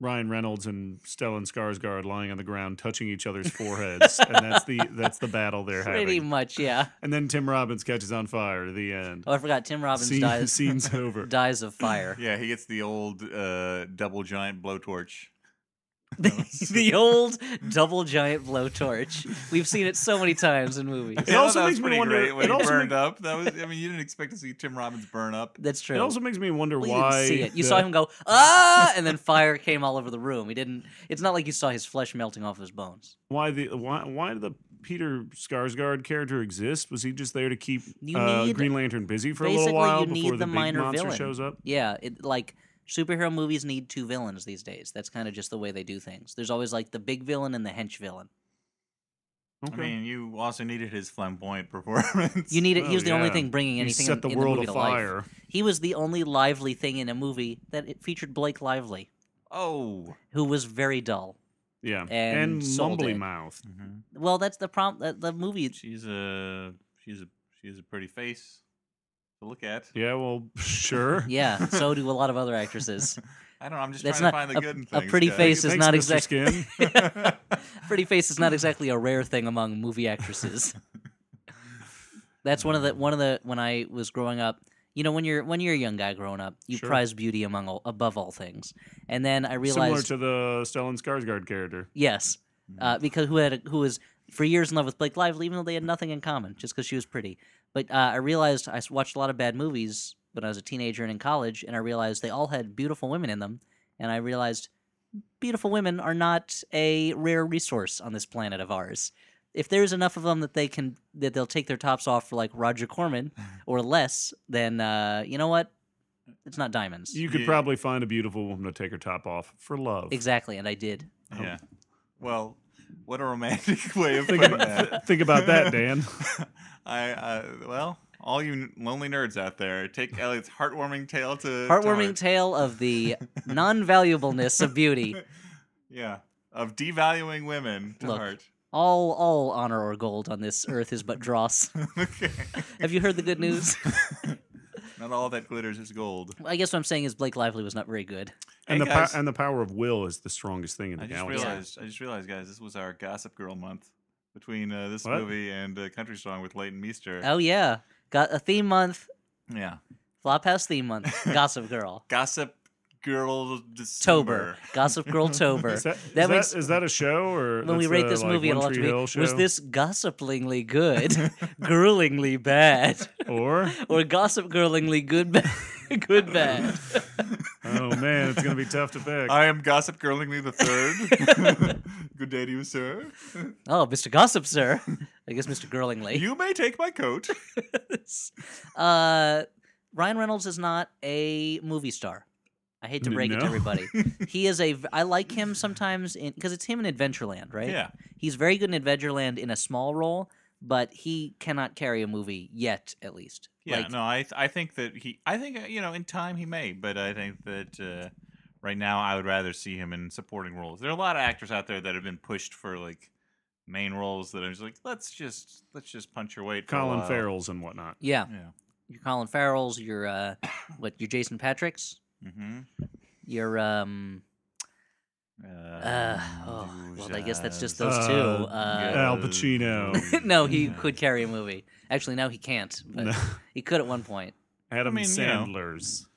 B: Ryan Reynolds and Stellan Skarsgård lying on the ground, touching each other's foreheads, and that's the that's the battle they're
C: Pretty
B: having.
C: much, yeah.
B: And then Tim Robbins catches on fire. The end.
C: Oh, I forgot. Tim Robbins
B: Scene-
C: dies
B: scene's over.
C: dies of fire.
A: yeah, he gets the old uh, double giant blowtorch.
C: the, the old double giant blowtorch. We've seen it so many times in movies.
B: It
A: Yeah,
B: also
A: that
B: makes
A: was
B: me
A: pretty
B: wonder-
A: Great when
B: it
A: he
B: also
A: burned
B: make-
A: up. That was. I mean, you didn't expect to see Tim Robbins burn up.
C: That's true.
B: It also makes me wonder
C: Well,
B: why
C: you didn't see it. You
B: the-
C: saw him go ah, and then fire came all over the room. He didn't. It's not like you saw his flesh melting off his bones.
B: why the why why did the Peter Skarsgård character exist? Was he just there to keep
C: You
B: uh,
C: need-
B: Green Lantern busy for a
C: basically,
B: little while
C: you
B: before
C: need
B: the,
C: the
B: big
C: minor
B: monster
C: villain.
B: shows up?
C: Yeah, it like superhero movies need two villains these days. That's kind of just the way they do things. There's always like the big villain and the hench villain.
B: Okay.
A: I mean, you also needed his flamboyant performance.
C: You need it.
B: Oh,
C: he was the only
B: yeah.
C: thing bringing
B: he
C: anything
B: set
C: in,
B: the
C: in
B: world
C: movie to life.
B: afire.
C: He was the only lively thing in a movie that it featured Blake Lively,
A: oh.
C: who was very dull.
B: Yeah,
C: And sold
B: mumbly
C: it.
B: mouth.
A: Mhm.
C: Well, that's the problem. The, the movie.
A: She's a she's a she's a pretty face to look at.
B: Yeah, well, sure.
C: Yeah. So do a lot of other actresses.
A: I don't know. I'm just
C: That's
A: trying
C: not
A: to find the
C: a-
A: good in
C: a
A: things,
C: pretty
A: guys.
C: face is
B: Thanks,
C: not
B: Mr.
C: exactly.
B: Skin.
C: Pretty face is not exactly a rare thing among movie actresses. That's one of the one of the when I was growing up. You know, when you're when you're a young guy growing up, you
B: Sure.
C: prize beauty among all, above all things. And then I
B: Similar
C: realized,
B: to the Stellan Skarsgård character.
C: yes, uh, because who had a, who was for years in love with Blake Lively, even though they had nothing in common, just because she was pretty. But uh, I realized I s- watched a lot of bad movies when I was a teenager and in college, and I realized they all had beautiful women in them. And I realized beautiful women are not a rare resource on this planet of ours. If there's enough of them that they can that they'll take their tops off for like Roger Corman or less, then uh, you know what? It's not diamonds.
B: You could
A: Yeah.
B: probably find a beautiful woman to take her top off for love.
C: exactly, and I did.
A: Yeah. Um, Well, what a romantic way of
B: Think
A: putting
B: about,
A: that.
B: think about that, Dan.
A: I, I well, all you n- lonely nerds out there, take Elliot's heartwarming tale to
C: Heartwarming
A: to heart.
C: tale of the non-valuableness of beauty.
A: yeah, of devaluing women to
C: Look.
A: heart.
C: All all honor or gold on this earth is but dross.
A: okay.
C: Have you heard the good news?
A: Not all that glitters is gold.
C: I guess what I'm saying is Blake Lively was not very good.
B: And
A: Hey,
B: the pow-
A: guys.
B: and the power of will is the strongest thing in the
A: I just
B: galaxy.
A: realized. I just realized, guys, this was our Gossip Girl month between uh, this
B: What?
A: movie and uh, Country Song with Leighton Meester.
C: Oh yeah, got a theme month,
A: Yeah,
C: Flophouse theme month, Gossip Girl,
A: Gossip Girl
C: Tober,
A: December.
C: Gossip Girl Tober.
B: Is that,
C: That
B: is
C: makes-
B: that- is that a show or
C: When we
B: that's
C: rate
B: the,
C: this
B: like,
C: movie,
B: One
C: it'll have
B: Tree
C: to be
B: Hill show?
C: was this gossipingly good, gruelingly bad,
B: or
C: or gossip girlingly good, ba- good bad?
B: oh man, it's gonna be tough to pick.
A: I am Gossip Girlingly the Third. Good day to you, sir.
C: Oh, Mr. Gossip, sir. I guess Mr. Girlingly.
A: You may take my coat.
C: uh, Ryan Reynolds is not a movie star. I hate to
B: N-
C: break it to
B: no.
C: everybody. he is a. v- I like him sometimes in because it's him in Adventureland, right?
A: Yeah.
C: He's very good in Adventureland in a small role, but he cannot carry a movie yet, at least.
A: Yeah,
C: Like,
A: no, I th- I think that he, I think uh, you know, in time he may, but I think that uh, right now I would rather see him in supporting roles. There are a lot of actors out there that have been pushed for like main roles that I'm just like, let's just let's just punch your weight. for a
B: Colin
A: while.
B: Farrell's and whatnot.
C: Yeah.
A: Yeah.
C: Your Colin Farrell's, your uh, what? Your Jason Patrick's,
A: Mm-hmm.
C: your um. Uh, oh, well, I guess that's just those two.
B: Uh,
C: Uh,
B: Al Pacino.
C: no, he could carry a movie. Actually, now he can't. But
B: No.
C: He could at one point.
B: Adam
A: mean, you know.
B: Sandler's.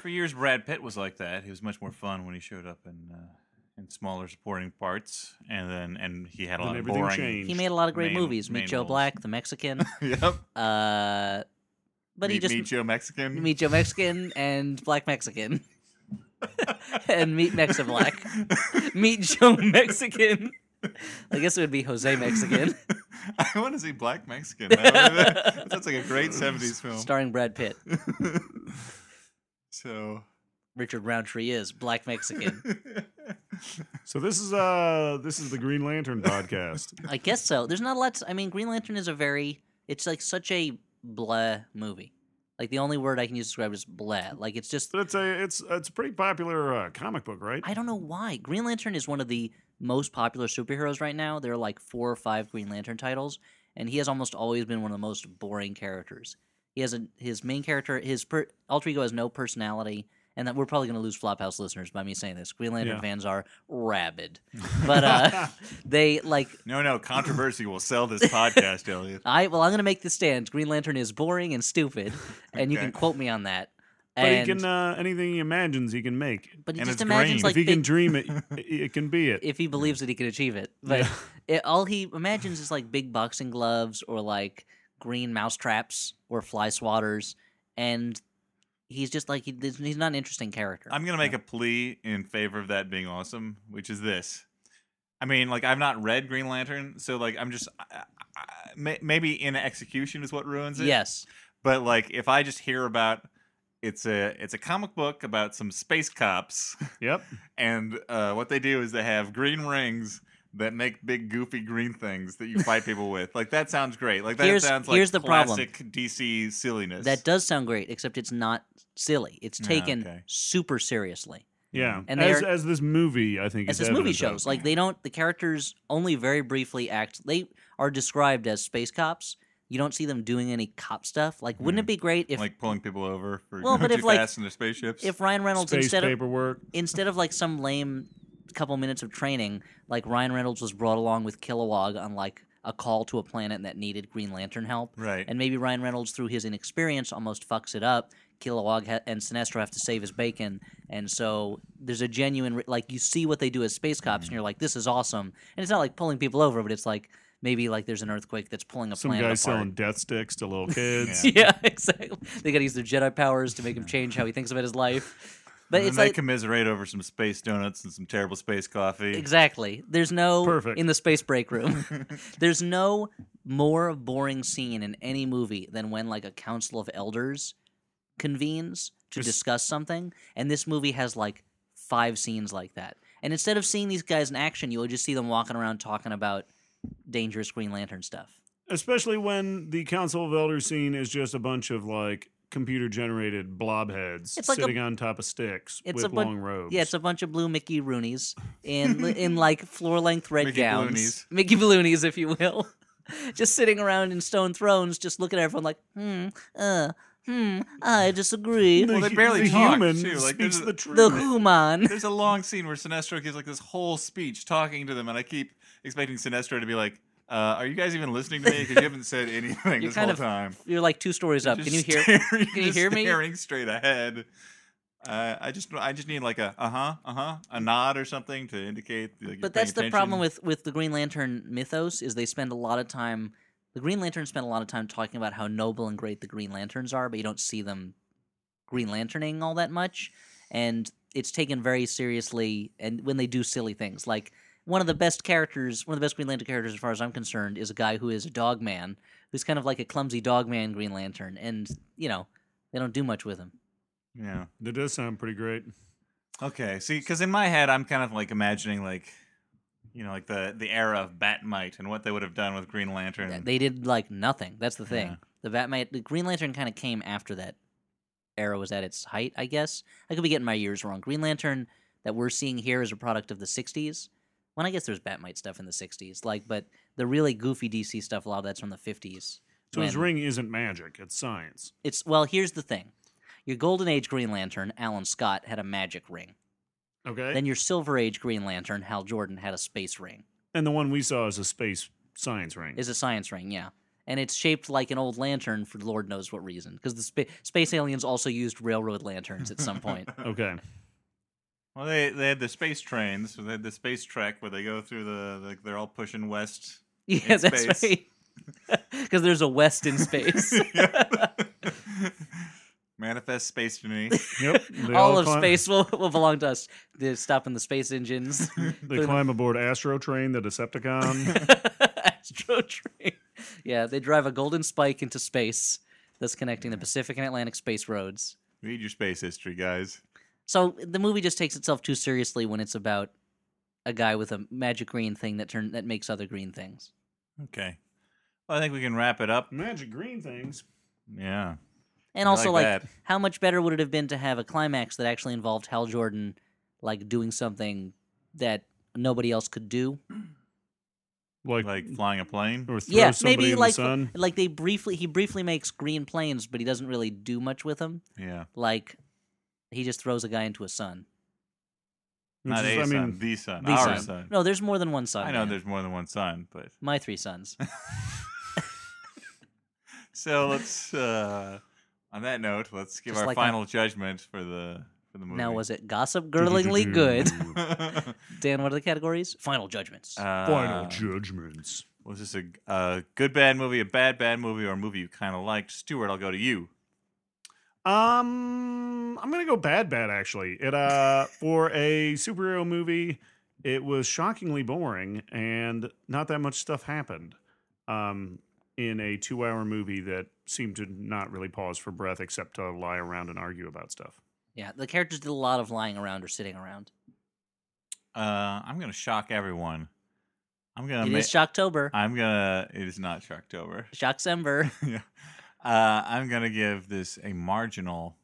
A: For years, Brad Pitt was like that. He was much more fun when he showed up in uh, in smaller supporting parts, and then and he had a
B: Then
A: lot of
B: everything
A: boring.
B: changed.
C: He made a lot of great
A: Main-
C: movies. Meet
A: main
C: Joe
A: roles.
C: Black, the Mexican.
A: yep.
C: Uh, but
A: meet,
C: he just
A: meet Joe Mexican.
C: meet Joe Mexican and Black Mexican. and meet Mexa Black. meet Joe Mexican. I guess it would be Jose Mexican,
A: I want to see Black Mexican. That sounds like a great 70s film.
C: starring Brad Pitt.
A: so.
C: Richard Roundtree is Black Mexican.
B: So this is uh this is the Green Lantern podcast.
C: I guess so. There's not a lot. To, I mean, Green Lantern is a very. It's like such a blah movie. Like the only word I can use to describe it is blah. Like it's just.
B: But it's a it's it's a pretty popular uh, comic book, right?
C: I don't know why. Green Lantern is one of the most popular superheroes right now. There are like four or five Green Lantern titles, and he has almost always been one of the most boring characters. He has a, his main character, his per, alter ego has no personality, and that we're probably going to lose Flophouse listeners by me saying this. Green Lantern
B: Yeah.
C: fans are rabid, but uh, they like.
A: No, no, controversy will sell this podcast, Elliot.
C: I well, I'm going to make the stand. Green Lantern is boring and stupid, and you
A: Okay.
C: can quote me on that.
B: But
C: and,
B: he can uh, anything he imagines, he can make.
C: but he
A: and
C: just
A: it's green.
C: imagines like
B: if he
C: big
B: can dream it, it can be it.
C: if he believes that he can achieve it. But it, all he imagines is like big boxing gloves or like green mouse traps or fly swatters, and he's just like he, he's not an interesting character.
A: I'm going to make a plea in favor of that being awesome, which is this. I mean, like, I've not read Green Lantern, so, like, I'm just. I, I, I- may- maybe in execution is what ruins it.
C: yes,
A: But, like, if I just hear about. It's a it's a comic book about some space cops
B: yep.
A: And uh, what they do is they have green rings that make big goofy green things that you fight people with. Like that sounds great. Like that
C: Here's-
A: sounds like
C: here's the problem.
A: classic DC silliness.
C: that does sound great, except it's not silly. It's
A: Ah,
C: taken
A: okay.
C: super seriously.
B: Yeah.
C: And
B: as,
C: they're-
B: as this movie, I think,
C: as
B: is
C: this movie
B: evidence of.
C: shows. Like they don't the characters only very briefly act. They are described as space cops. You don't see them doing any cop stuff. Like, wouldn't it be great if
A: Hmm. like pulling people over for
C: Well,
A: going
C: but
A: too
C: if, like,
A: fast in their spaceships.
C: if Ryan Reynolds
B: space
C: instead of
B: paperwork.
C: instead of like some lame couple minutes of training, like Ryan Reynolds was brought along with Kilowog on like a call to a planet that needed Green Lantern help,
A: right.
C: and maybe Ryan Reynolds through his inexperience almost fucks it up. Kilowog ha- and Sinestro have to save his bacon, and so there's a genuine re- like you see what they do as space cops,
A: Mm.
C: and you're like, this is awesome. And it's not like pulling people over, but it's like maybe like there's an earthquake that's pulling a
B: Some guy
C: planet apart.
B: selling death sticks to little kids.
C: yeah, exactly. They got to use their Jedi powers to make him change how he thinks about his life. But
A: and then
C: it's
A: they
C: like
A: commiserate over some space donuts and some terrible space coffee.
C: Exactly. There's no
B: Perfect.
C: in the space break room. there's no more boring scene in any movie than when like a council of elders convenes to
B: Just-
C: discuss something, and this movie has like five scenes like that. And instead of seeing these guys in action, you'll just see them walking around talking about dangerous Green Lantern stuff.
B: Especially when the Council of Elders scene is just a bunch of like computer generated blobheads
C: It's like a-
B: sitting on top of sticks
C: It's
B: with
C: a bun-
B: long robes.
C: Yeah, it's a bunch of blue Mickey Roonies in in like floor length red
A: Mickey
C: gowns,
A: Balloonies.
C: Mickey Balloonies, if you will, just sitting around in stone thrones, just looking at everyone like, hmm, uh, hmm, I disagree.
B: the,
A: Well, they
B: hu-
A: barely
B: the
A: talk,
B: human
A: too, like,
B: speaks
A: there's a-
B: the
A: the-
B: truth.
C: the human.
A: There's a long scene where Sinestro gives like this whole speech talking to them, and I keep expecting Sinestro to be like, uh, "Are you guys even listening to me? Because you haven't said anything
C: You're
A: this whole
C: kind of
A: time."
C: You're like two stories up. Can you
A: Just
C: hear?
A: staring-
C: can you
A: just
C: hear me?
A: Staring straight ahead. Uh, I just I just need like a uh huh uh huh a nod or something to indicate. Like, you're
C: But that's the
A: paying
C: problem
A: attention.
C: with with the Green Lantern mythos is they spend a lot of time. The Green Lanterns spend a lot of time talking about how noble and great the Green Lanterns are, but you don't see them Green Lanterning all that much, and it's taken very seriously. And when they do silly things, like one of the best characters, one of the best Green Lantern characters, as far as I'm concerned, is a guy who is a dog man, who's kind of like a clumsy dog man Green Lantern, and you know they don't do much with him.
A: Yeah.
B: That does sound pretty great.
A: Okay. See, because in my head, I'm kind of like imagining like, you know, like the the era of Batmite and what they would have done with Green Lantern.
C: Th- They did like nothing. That's the thing.
A: Yeah.
C: The Batman, the Green Lantern, kind of came after that era was at its height. I guess I could be getting my years wrong. Green Lantern that we're seeing here is a product of the '60s. Well, I guess there's Batmite stuff in the '60s, like, but the really goofy DC stuff, a lot of that's from the '50s.
B: So his
C: when-
B: ring isn't magic; it's science.
C: It's well, here's the thing: your Golden Age Green Lantern, Alan Scott, had a magic ring.
B: Okay.
C: Then your Silver Age Green Lantern, Hal Jordan, had a space ring.
B: and the one we saw is a space science ring.
C: is a science ring, yeah. And it's shaped like an old lantern for Lord knows what reason, because the spa- space aliens also used railroad lanterns at some point.
B: okay.
A: Well, they they had the space trains. So they had the space trek where they go through the like they're all pushing west.
C: yeah,
A: In
C: that's
A: space.
C: right. Because there's a west in space.
A: Manifest space to me.
B: Yep. They
C: all, of
B: cli-
C: space will, will belong to us. They're stopping the space engines,
B: They climb aboard Astro Train, the Decepticon.
C: astro train. Yeah, they drive a golden spike into space that's connecting the Pacific and Atlantic space roads.
A: Read your space history, guys.
C: So the movie just takes itself too seriously when it's about a guy with a magic green thing that turn that makes other green things.
A: Okay. Well, I think we can wrap it up.
B: magic green things.
A: Yeah.
C: And
A: I
C: also like,
A: that.
C: how much better would it have been to have a climax that actually involved Hal Jordan like doing something that nobody else could do?
B: Like,
A: like flying a plane.
B: or throw
C: yeah,
B: somebody
C: maybe
B: in
C: like
B: the sun.
C: like they briefly he briefly makes green planes but he doesn't really do much with them.
A: Yeah.
C: Like he just throws a guy into a sun.
B: Which
A: Not
B: is,
A: a
B: I
A: sun,
B: mean,
A: the sun,
C: The
A: our
C: sun.
A: sun.
C: No, there's more than one son.
A: I know
C: man.
A: there's more than one sun, but
C: my three sons.
A: so let's. Uh, on that note, let's give
C: Just
A: our
C: like
A: final judgment for the for the movie.
C: now was it gossip girlingly good?
A: uh,
C: Dan, what are the categories? Final judgments. Uh,
B: Final judgments.
A: Was this a, g- a good bad movie, a bad bad movie, or a movie you kind of liked? Stuart, I'll go to you.
B: Um, I'm gonna go bad, bad. Actually, it uh for a superhero movie, it was shockingly boring and not that much stuff happened. Um, in a two-hour movie that seemed to not really pause for breath except to lie around and argue about stuff.
C: yeah, the characters did a lot of lying around or sitting around.
A: Uh, I'm gonna shock everyone. I'm gonna.
C: It
A: ma-
C: is Shocktober,
A: I'm gonna. It is not Shocktober.
C: Shocksember.
A: yeah. Uh, I'm gonna give this a marginal.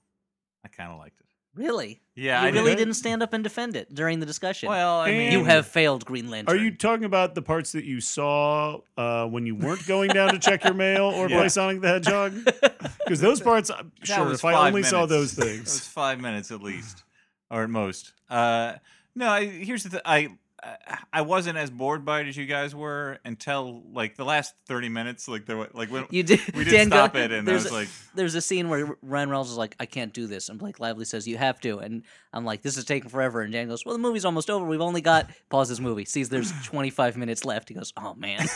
A: I kind of liked it.
C: Really?
A: Yeah,
C: you
A: I
C: really
A: did.
C: didn't stand up and defend it during the discussion.
A: Well, I mean,
B: And-
C: you have failed, Green Lantern.
B: Are you talking about the parts that you saw uh, when you weren't going down to check your mail or
A: Yeah.
B: play Sonic the Hedgehog? Because those parts, I'm
A: that
B: sure,
A: was
B: if I
A: five
B: only saw
A: minutes.
B: those things.
A: that was five minutes at least, or at most. Uh, no, I, here's the th- I. I- I wasn't as bored by it as you guys were until like the last thirty minutes. Like there, were- like when
C: You did.
A: we did
C: Dan go-
A: stop it, and I
C: there's
A: was
C: a-
A: like,
C: there's a scene where Ryan Reynolds is like, "I can't do this," and Blake Lively says, "You have to," and I'm like, "This is taking forever." And Dan goes, "Well, the movie's almost over. We've only got pause this movie." Sees there's 25 minutes left. He goes, "Oh man."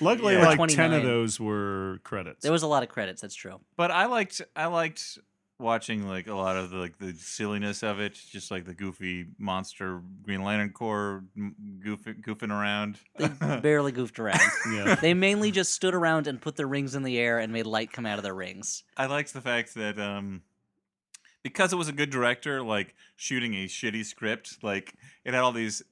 B: Luckily,
A: Yeah.
B: like 10
C: 29.
B: of those were credits.
C: there was a lot of credits. That's true.
A: but I liked I liked watching like a lot of the, like the silliness of it, just like the goofy monster Green Lantern Corps m- goofing goofing around.
C: They barely goofed around.
B: yeah.
C: They mainly just stood around and put their rings in the air and made light come out of their rings.
A: I liked the fact that um because it was a good director, like shooting a shitty script, like it had all these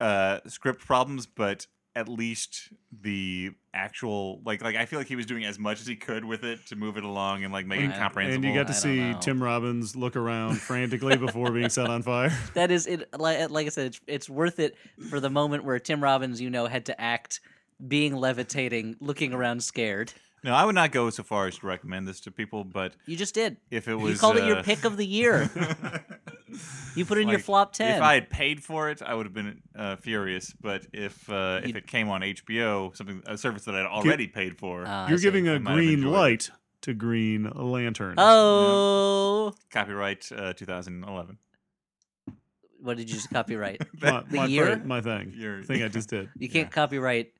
A: uh script problems, but at least the actual like like I feel like he was doing as much as he could with it to move it along and like make it
C: And- and you
A: comprehensible.
B: And you got to
C: I don't
B: see
C: know.
B: Tim Robbins look around frantically before being set on fire.
C: That is it. Like, like I said, it's, it's worth it for the moment where Tim Robbins, you know, had to act being levitating, looking around scared.
A: no, I would not go so far as to recommend this to people, but
C: You just did.
A: if it was
C: you called it
A: uh,
C: your pick of the year. You put in your
A: Like,
C: flop ten.
A: If I had paid for it, I would have been uh, furious. But if uh, if
C: You'd-
A: it came on HBO, something a service that I'd already paid for,
C: Ah, I
B: You're
C: see.
B: giving
A: I
B: a
A: might have
B: green
A: enjoyed it.
B: light to Green Lantern.
C: Oh,
A: copyright uh, 2011.
C: what did you just copyright?
B: my,
C: the
B: my,
C: year?
B: fir- my thing.
A: Your-
B: thing I just did.
C: You can't copyright.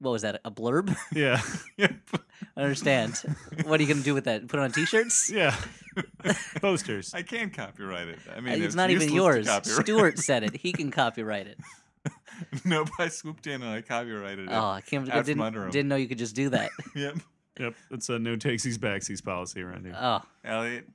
C: What was that? A blurb?
B: Yeah.
C: I understand. what are you gonna do with that? Put it on T-shirts?
B: Yeah. Posters.
A: I can copyright it. I mean,
C: it's, not even yours.
A: Stuart.
C: Stuart said it. He can copyright it.
A: no, but I swooped in and I copyrighted it.
C: Oh, I can't. I
A: Out from under
C: didn't,
A: 'em.
C: didn't know you could just do that.
A: Yep,
B: Yep. It's a no takesies backsies policy around here.
C: Oh,
A: Elliot.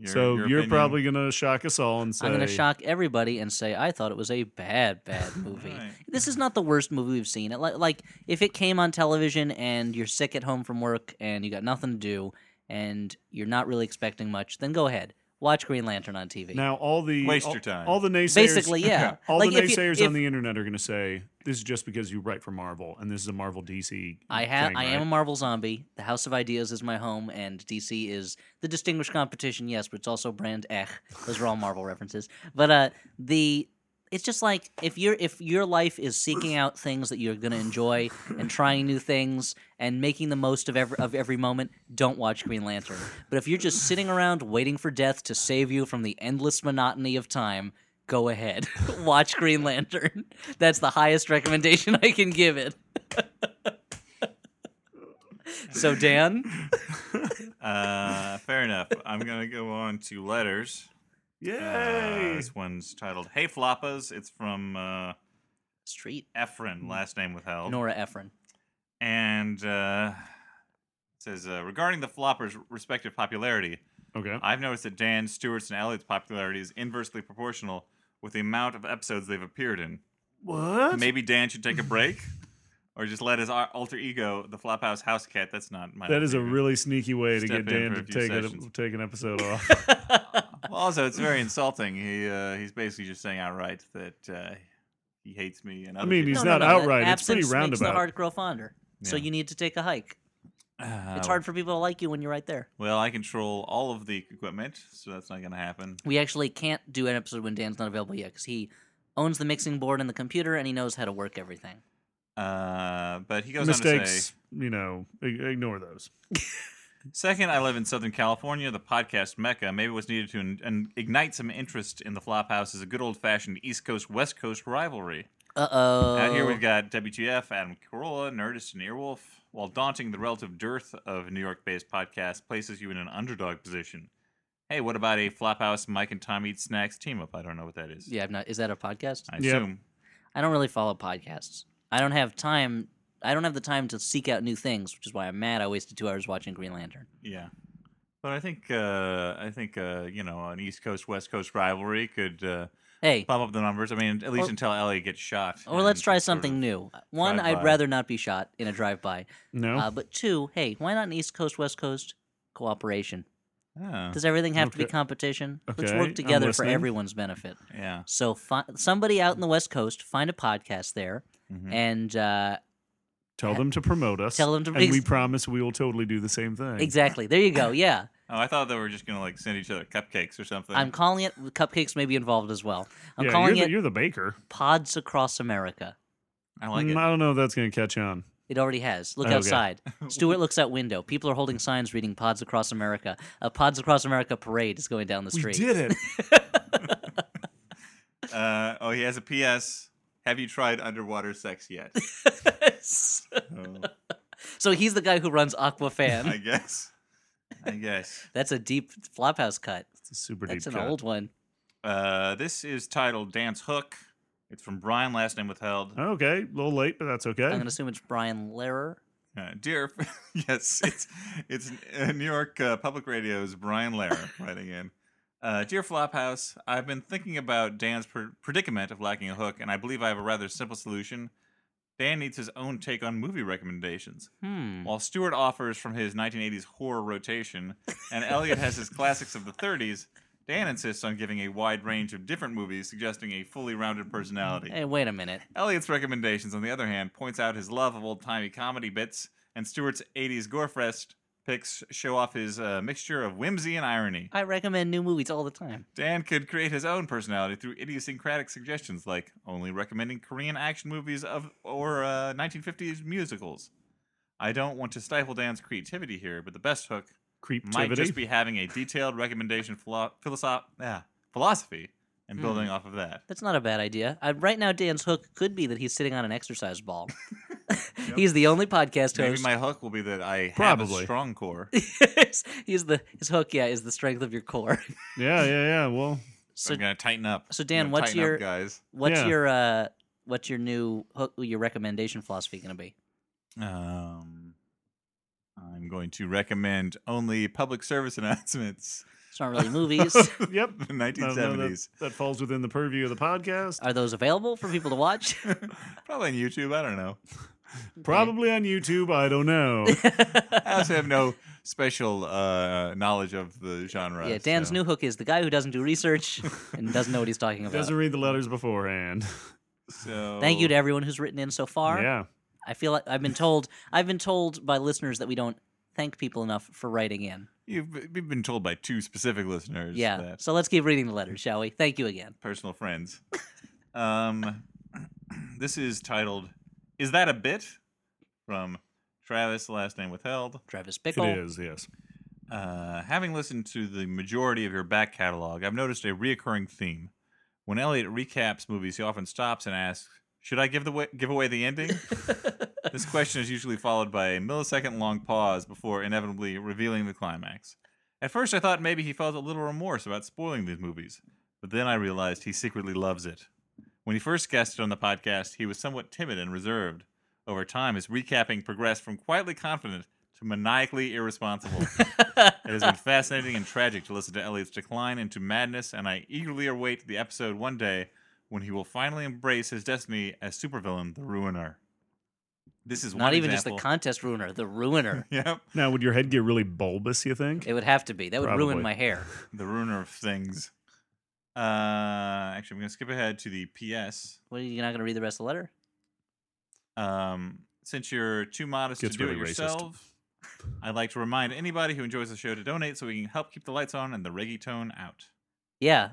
A: Your-
B: so
A: your
B: you're
A: opinion?
B: probably gonna shock us all and say
C: I'm going to shock everybody and say I thought it was a bad, bad movie.
A: Right.
C: This is not the worst movie we've seen. It, li- like, if it came on television and you're sick at home from work and you got nothing to do and you're not really expecting much, then go ahead. Watch Green Lantern on TV.
B: now all the
A: Waste
B: all,
A: your time.
B: All the naysayers,
C: Basically, yeah.
A: Yeah.
B: all
C: like,
B: the
C: if you-
B: naysayers
C: if
B: on the internet are gonna say this is just because you write for Marvel and this is a Marvel DC.
C: I have.
B: thing,
C: I am a
B: right?
C: Marvel zombie. The House of Ideas is my home, and DC is the distinguished competition. Yes, but it's also brand eh. Those are all Marvel references. But uh, the it's just like if you're if your life is seeking out things that you're gonna enjoy and trying new things and making the most of every of every moment. Don't watch Green Lantern. But if you're just sitting around waiting for death to save you from the endless monotony of time. Go ahead, watch Green Lantern. That's the highest recommendation I can give it. So Dan,
A: Uh, fair enough. I'm gonna go on to letters. Uh,
B: Yay!
A: this one's titled "Hey Floppas." It's from uh,
C: Street.
B: Mm.
A: Efren, last name withheld.
C: Nora Ephron.
A: and uh, it says uh, regarding the floppers' respective popularity,
B: okay.
A: I've noticed that Dan Stewart's and Elliot's popularity is inversely proportional with the amount of episodes they've appeared in.
B: What?
A: Maybe Dan should take a break, or just let his ar- alter ego, the Flophouse house cat. That's not my.
B: That
A: alter
B: is a
A: ego.
B: really sneaky way to
A: Step
B: get
A: in
B: Dan
A: for
B: to
A: a few
B: take
A: sessions.
B: it, take an episode off.
A: Well, also, it's very insulting. He uh, he's basically just saying outright that uh, he hates me and other
B: mean,
A: people.
B: he's not
C: that
B: outright. It's pretty
C: absence Makes the
B: roundabout.
C: heart grow fonder. So
A: Yeah.
C: you need to take a hike.
A: Uh,
C: It's hard for people to like you when you're right there.
A: Well, I control all of the equipment, so that's not going to happen.
C: We actually can't do an episode when Dan's not available yet because he owns the mixing board and the computer and he knows how to work everything.
A: Uh, but he goes on to
B: Mistakes,
A: say,
B: you know, ig- ignore those.
A: second, I live in Southern California, the podcast mecca. Maybe what's needed to in- in- ignite some interest in the Flophouse is a good old-fashioned East Coast West Coast rivalry.
C: Uh oh.
A: Out here we've got WTF, Adam Carolla, Nerdist, and Earwolf. While daunting the relative dearth of New York-based podcasts, places you in an underdog position. Hey, what about a Flophouse Mike and Tom Eat Snacks team up? I don't know what that is.
C: Yeah, I'm not. Is that a podcast?
A: I
B: Yep.
A: assume.
C: I don't really follow podcasts. I don't have time. I don't have the time to seek out new things, which is why I'm mad I wasted two hours watching Green Lantern.
A: Yeah, but I think uh, I think uh, you know an East Coast West Coast rivalry could uh,
C: Hey,
A: bump up the numbers. I mean, at least
C: Or-
A: until Ellie gets shot.
C: or let's
A: and
C: try
A: sort of-
C: something new. One, I'd
A: drive-by.
C: rather not be shot in a drive-by.
B: No.
C: Uh, but two, hey, why not an East Coast West Coast cooperation?
A: Oh,
C: Does everything have to be
B: Okay.
C: competition? Let's
B: Okay,
C: work
B: I'm
C: together for
B: listening.
C: everyone's benefit.
A: yeah.
C: So fi- somebody out in the West Coast find a podcast there
B: Hmm.
A: Mhm.
C: and uh,
B: tell them to promote us.
C: tell them to
B: and we promise we will totally do the same thing.
C: exactly. There you go. Yeah,
A: Oh, I thought they were just gonna like send each other cupcakes or something.
C: I'm calling it. Cupcakes may be involved as well. I'm
B: yeah,
C: calling
B: you're,
C: it
B: the, you're the baker.
C: Pods Across America.
A: I like
B: Mm,
A: it.
B: I don't know if that's going to catch on.
C: It already has. Look
B: Okay.
C: outside. Stuart looks out window. People are holding signs reading Pods Across America. A Pods Across America parade is going down the street.
B: it.
A: Uh, oh, he has a P.S. Have you tried underwater sex yet? Oh,
C: so he's the guy who runs Aquafan.
A: I guess. I guess.
C: That's a deep flophouse cut.
B: it's a super
C: That's
B: deep
C: an
B: cut.
C: old one.
A: Uh, this is titled Dance Hook. It's from Brian, last name withheld.
B: Okay, a little late, but that's okay.
C: I'm gonna assume it's Brian Lehrer.
A: Uh, dear, yes, it's it's uh, New York uh, Public Radio's Brian Lehrer writing in. Uh, dear Flophouse, I've been thinking about Dan's pr- predicament of lacking a hook, and I believe I have a rather simple solution. Dan needs his own take on movie recommendations.
C: Hmm.
A: While Stewart offers from his 1980s horror rotation, and Elliot has his classics of the 30s, Dan insists on giving a wide range of different movies, suggesting a fully rounded personality.
C: Hey, wait a minute.
A: Elliot's recommendations, on the other hand, points out his love of old-timey comedy bits, and Stewart's 80s gorefest picks show off his uh, mixture of whimsy and irony.
C: I recommend new movies all the time.
A: Dan could create his own personality through idiosyncratic suggestions like only recommending Korean action movies of or uh, 1950s musicals. I don't want to stifle Dan's creativity here, but the best hook might
B: Creativity.
A: just be having a detailed recommendation philo- philosoph- ah, philosophy
B: Hmm.
A: and building off of that.
C: That's not a bad idea. I, right now, Dan's hook could be that he's sitting on an exercise ball. He's the only podcast
A: Maybe
C: host.
A: my hook will be that I have
B: Probably.
A: a strong core.
C: he's the his hook. Yeah, is the strength of your core.
B: yeah, yeah, yeah. Well,
C: So,
A: I'm gonna tighten up.
C: so
A: I'm
C: Dan,
A: gonna
C: what's
A: tighten up,
C: your-
A: guys?
C: what's
B: Yeah.
C: your uh, what's your new hook? Your recommendation philosophy going to be?
A: Um, I'm going to recommend only public service announcements
C: It's not really movies.
B: Yep.
A: The
B: No,
A: 1970s.
B: no, that, that falls within the purview of the podcast.
C: Are those available for people to watch?
A: Probably on YouTube. I don't know.
B: Probably on YouTube. I don't know.
A: I also have no special uh, knowledge of the genre.
C: yeah, Dan's
A: so-
C: new hook is the guy who doesn't do research and doesn't know what he's talking about.
B: Doesn't read the letters beforehand.
A: So
C: Thank you to everyone who's written in so far.
B: Yeah.
C: I feel like I've been told I've been told by listeners that we don't thank people enough for writing in.
A: You've b- you've been told by two specific listeners.
C: yeah.
A: that-
C: So let's keep reading the letters, shall we? Thank you again.
A: personal friends. Um, this is titled "Is That a Bit?" from Travis, last name withheld.
C: Travis
B: It
C: Bickle.
B: is, yes.
A: Uh, having listened to the majority of your back catalog, I've noticed a reoccurring theme. When Elliot recaps movies, he often stops and asks, "Should I give the wa- give away the ending?" this question is usually followed by a millisecond long pause before inevitably revealing the climax. At first, I thought maybe he felt a little remorse about spoiling these movies, but then I realized he secretly loves it. When he first guested on the podcast, he was somewhat timid and reserved. Over time, his recapping progressed from quietly confident to maniacally irresponsible. It has been fascinating and tragic to listen to Elliot's decline into madness, and I eagerly await the episode one day when he will finally embrace his destiny as supervillain, the Ruiner. This is
C: Not
A: one
C: even just the
A: example-
C: contest ruiner, the ruiner.
A: Yep,
B: Now, would your head get really bulbous, you think?
C: It would have to be. That would ruin
B: Probably.
C: my hair.
A: the Ruiner of things. Uh, actually, I'm going to skip ahead to the PS.
C: What are you not going to read the rest of the letter?
A: Um, since you're too modest
B: Gets
A: to do
B: really
A: it
B: racist.
A: yourself, I'd like to remind anybody who enjoys the show to donate so we can help keep the lights on and the reggae tone out.
C: Yeah.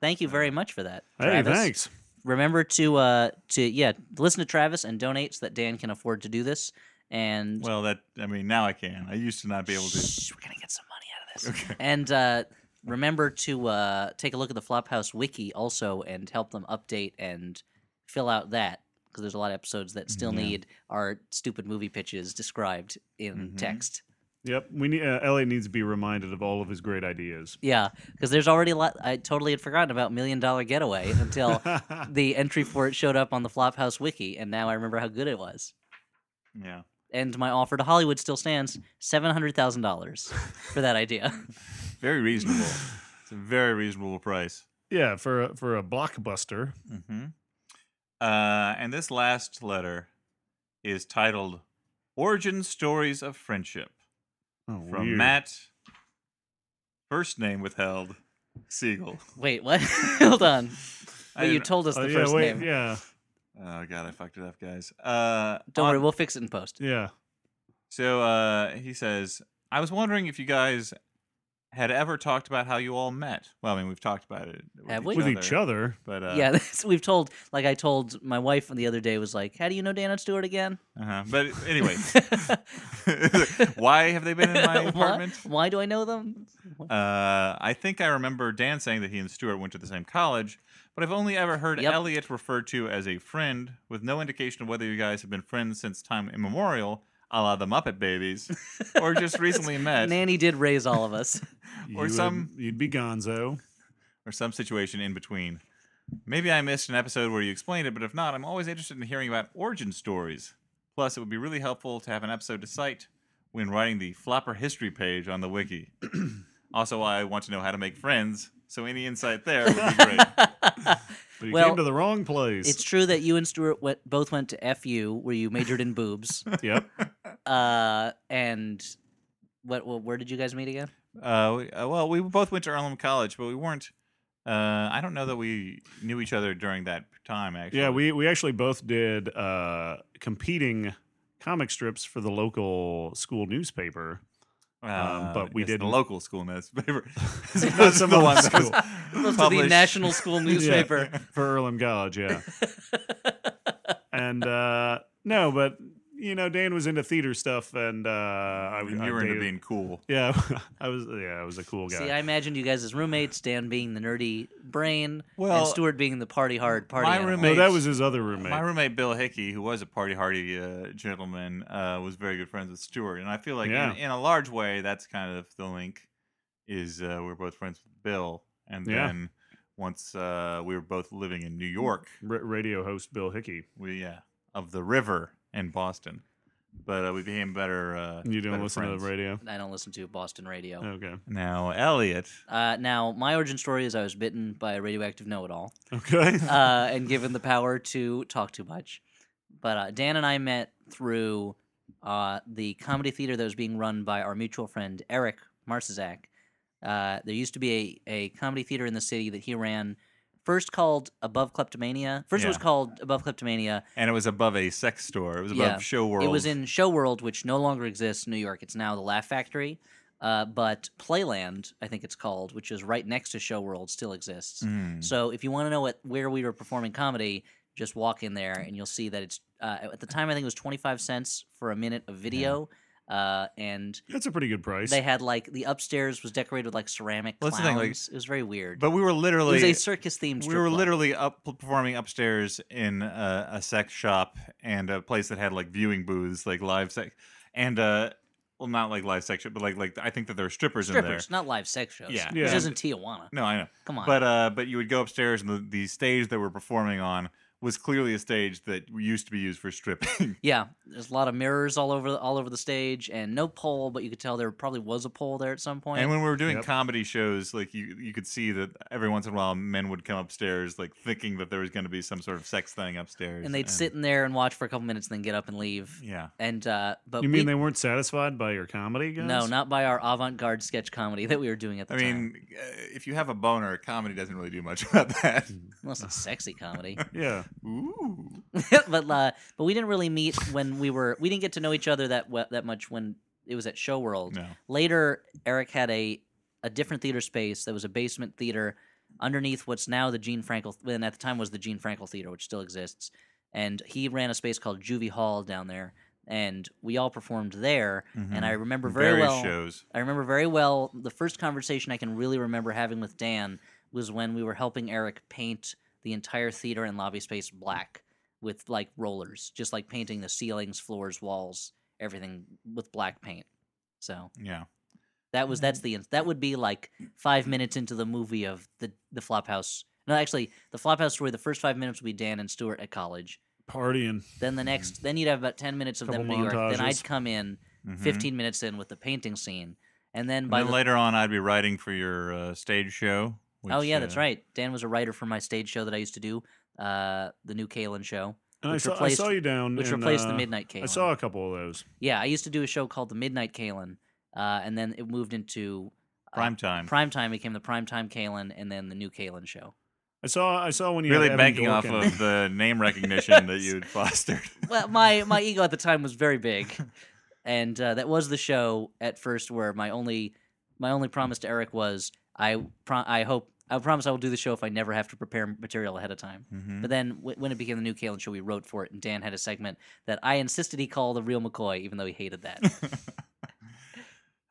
C: Thank you very much for that.
B: Hey,
C: Travis.
B: thanks.
C: Remember to uh to yeah, listen to Travis and donate so that Dan can afford to do this and
A: Well, that I mean, now I can. I used to not be able to.
C: Shh, we're gonna get some money out of this. And uh, remember to uh, take a look at the Flophouse wiki also, and help them update and fill out that because there's a lot of episodes that still
A: Yeah.
C: need our stupid movie pitches described in
A: Mhm.
C: text.
B: Yep. We need, uh, Elliot needs to be reminded of all of his great ideas.
C: Yeah, because there's already a lot. I totally had forgotten about Million Dollar Getaway until the entry for it showed up on the Flophouse wiki, and now I remember how good it was.
A: Yeah.
C: And my offer to Hollywood still stands seven hundred thousand dollars for that idea.
A: Very reasonable. it's a very reasonable price.
B: yeah, for a, for a blockbuster.
A: Mm-hmm. Uh, and this last letter is titled "Origin Stories of Friendship"
B: Oh,
A: from
B: weird.
A: Matt. First name withheld. Siegel.
C: Wait, what? Hold on.
A: I
C: Well, you
A: didn't-
C: told us the
B: Oh, yeah,
C: first
B: wait,
C: name.
B: Yeah,
A: Oh god, I fucked it up, guys. Uh,
C: Don't
A: on-
C: worry, we'll fix it in post.
B: yeah.
A: So uh, he says, I was wondering if you guys had ever talked about how you all met. Well, I mean, we've talked about it. with
C: Have
A: each
C: we?
B: With each other.
A: But uh,
C: yeah, that's, we've told. Like I told my wife the other day, was like, "How do you know Dana Stewart again?"
A: uh-huh. But anyway, why have they been in my
C: What?
A: apartment?
C: Why do I know them?
A: Uh, I think I remember Dan saying that he and Stuart went to the same college, but I've only ever heard
C: Yep.
A: Elliot referred to as a friend, with no indication of whether you guys have been friends since time immemorial, a la the Muppet Babies, or just recently met,
C: Nanny did raise all of us.
B: You
A: Or
B: would-
A: some-
B: you'd be Gonzo.
A: or some situation in between. Maybe I missed an episode where you explained it, but if not, I'm always interested in hearing about origin stories. Plus, it would be really helpful to have an episode to cite when writing the flopper history page on the wiki. also, I want to know how to make friends, so any insight there would be great.
B: But you
C: Well,
B: came to the wrong place.
C: it's true that you and Stuart went, both went to FU, where you majored in boobs.
B: yep.
C: Uh, and what, what? Where did you guys meet again?
A: Uh, we, uh, well, we both went to Earlham College, but we weren't. Uh, I don't know that we knew each other during that time. Actually,
B: Yeah, we we actually both did uh, competing comic strips for the local school newspaper. um, but we
A: it's Uh, the
B: didn't.
A: local school newspaper.
B: Not some
A: the
B: other
A: one that
B: school.
A: was
C: Those are the
A: published.
C: national school newspaper.
A: Oh,
B: Yeah, for Earlham College, yeah. and uh, no, but you know, Dan was into theater stuff, and uh, I was.
A: And you were into being cool.
B: Yeah, I was. Yeah, I was a cool guy.
C: See, I imagined you guys as roommates, Dan being the nerdy brain,
A: Well,
C: and Stuart being the party hard party.
A: my
B: no,
C: animal.
A: roommate-
B: that was his other roommate.
A: My roommate Bill Hickey, who was a party hardy uh, gentleman, uh, was very good friends with Stuart, and I feel like
B: Yeah.
A: in, in a large way, that's kind of the link. Is uh, we we're both friends with Bill, and
B: Yeah.
A: then once uh, we were both living in New York, uh,
B: R- radio host Bill Hickey.
A: we yeah of the river in Boston. but uh, we became better. Uh,
B: You don't
A: better
B: listen
A: friends.
B: to the radio.
C: I don't listen to Boston radio.
B: Okay.
A: Now, Elliot,
C: Uh, now, my origin story is I was bitten by a radioactive know-it-all
B: Okay.
C: uh, and given the power to talk too much. But uh, Dan and I met through uh, the comedy theater that was being run by our mutual friend Eric Marcizak. Uh, there used to be a, a comedy theater in the city that he ran. First called Above Kleptomania. First it was
A: Yeah.
C: called Above Kleptomania.
A: and it was above a sex store. It was above
C: Yeah.
A: Show World.
C: It was in Show World, which no longer exists in New York. It's now the Laugh Factory. Uh, but Playland, I think it's called, which is right next to Show World, still exists.
A: Mm.
C: So if you want to know what where we were performing comedy, just walk in there and you'll see that it's uh, at
A: Uh-huh.
C: the time I think it was twenty five cents for a minute
A: Mm-hmm.
C: of video, uh, and
B: That's a pretty good price.
C: they had like the upstairs was decorated with like ceramic
A: Well,
C: clowns.
A: that's the thing, like-
C: it was very weird.
A: But we were
C: it was a
A: literally
C: circus themed.
A: we were literally up performing upstairs in a, a sex shop and a place that had like viewing booths, like live sex, and uh, well, not like live sex, but like like I think that there were strippers, in there.
C: strippers, not live sex shows.
A: Yeah.
B: Yeah.
C: this isn't Tijuana.
A: No, I know.
C: Come on,
A: But uh, but you would go upstairs, and the, the stage that we're performing on was clearly a stage that used to be used for stripping.
C: yeah, there's a lot of mirrors all over all over the stage and no pole, but you could tell there probably was a pole there at some point.
A: and when we were doing
B: Yep.
A: comedy shows, like you you could see that every once in a while, men would come upstairs, like thinking that there was going to be some sort of sex thing upstairs,
C: and they'd sit in there and watch for a couple minutes, and then get up and leave.
A: Yeah.
C: And uh, but
B: you mean
C: we,
B: they weren't satisfied by your comedy, guys?
C: No, not by our avant-garde sketch comedy that we were doing at the
A: I
C: time.
A: mean, uh, if you have a boner, comedy doesn't really do much about that.
C: unless it's sexy comedy.
B: Yeah.
A: Ooh.
C: but uh, but we didn't really meet when we were we didn't get to know each other that we- that much when it was at Show World.
A: No.
C: Later, Eric had a a different theater space that was a basement theater underneath what's now the Gene Frankel. And at the time was the Gene Frankel Theater, which still exists. And he ran a space called Juvie Hall down there, and we all performed there. And
A: Hmm.
C: I remember very
A: Mm-hmm. Various
C: well.
A: shows.
C: I remember very well the first conversation I can really remember having with Dan was when we were helping Eric paint the entire theater and lobby space black with like rollers, just like painting the ceilings, floors, walls, everything with black paint. So
A: Yeah.
C: that was
B: Mm.
C: that's the that would be like five minutes into the movie of the the Flophouse. No, actually, the Flophouse story. The first five minutes would be Dan and Stuart at college.
B: Partying.
C: Then the next, then you'd have about ten minutes of them in
B: Mm-hmm. Couple
C: New York. Then I'd
B: montages. Mm-hmm.
C: come in
A: Mhm.
C: fifteen minutes in with the painting scene, and then
A: And
C: by
A: then
C: the
A: later on, I'd be writing for your uh, stage show. Which,
C: oh yeah, that's
A: uh,
C: right. Dan was a writer for my stage show that I used to do, uh, the new Kalen show,
B: And I
C: Which
B: saw, I
C: replaced-
B: saw you down.
C: which
B: in,
C: replaced the
B: uh,
C: Midnight Kalen.
B: I saw a couple of those.
C: Yeah, I used to do a show called the Midnight Kalen, uh, and then it moved into uh,
A: Prime time.
C: Primetime became the Primetime Kalen, and then the new Kalen show.
B: I saw. I saw when you
A: really
B: had Evan
A: banking off
B: Dorkin.
A: of the name recognition that you'd fostered.
C: Well, my my ego at the time was very big, and uh, that was the show at first where my only my only promise to Eric was I pro- I hope I promise I will do the show if I never have to prepare material ahead of time.
A: Mhm.
B: Mm-hmm.
C: But then w- when it became the new Kalen show, we wrote for it, and Dan had a segment that I insisted he call the real McCoy, even though he hated that.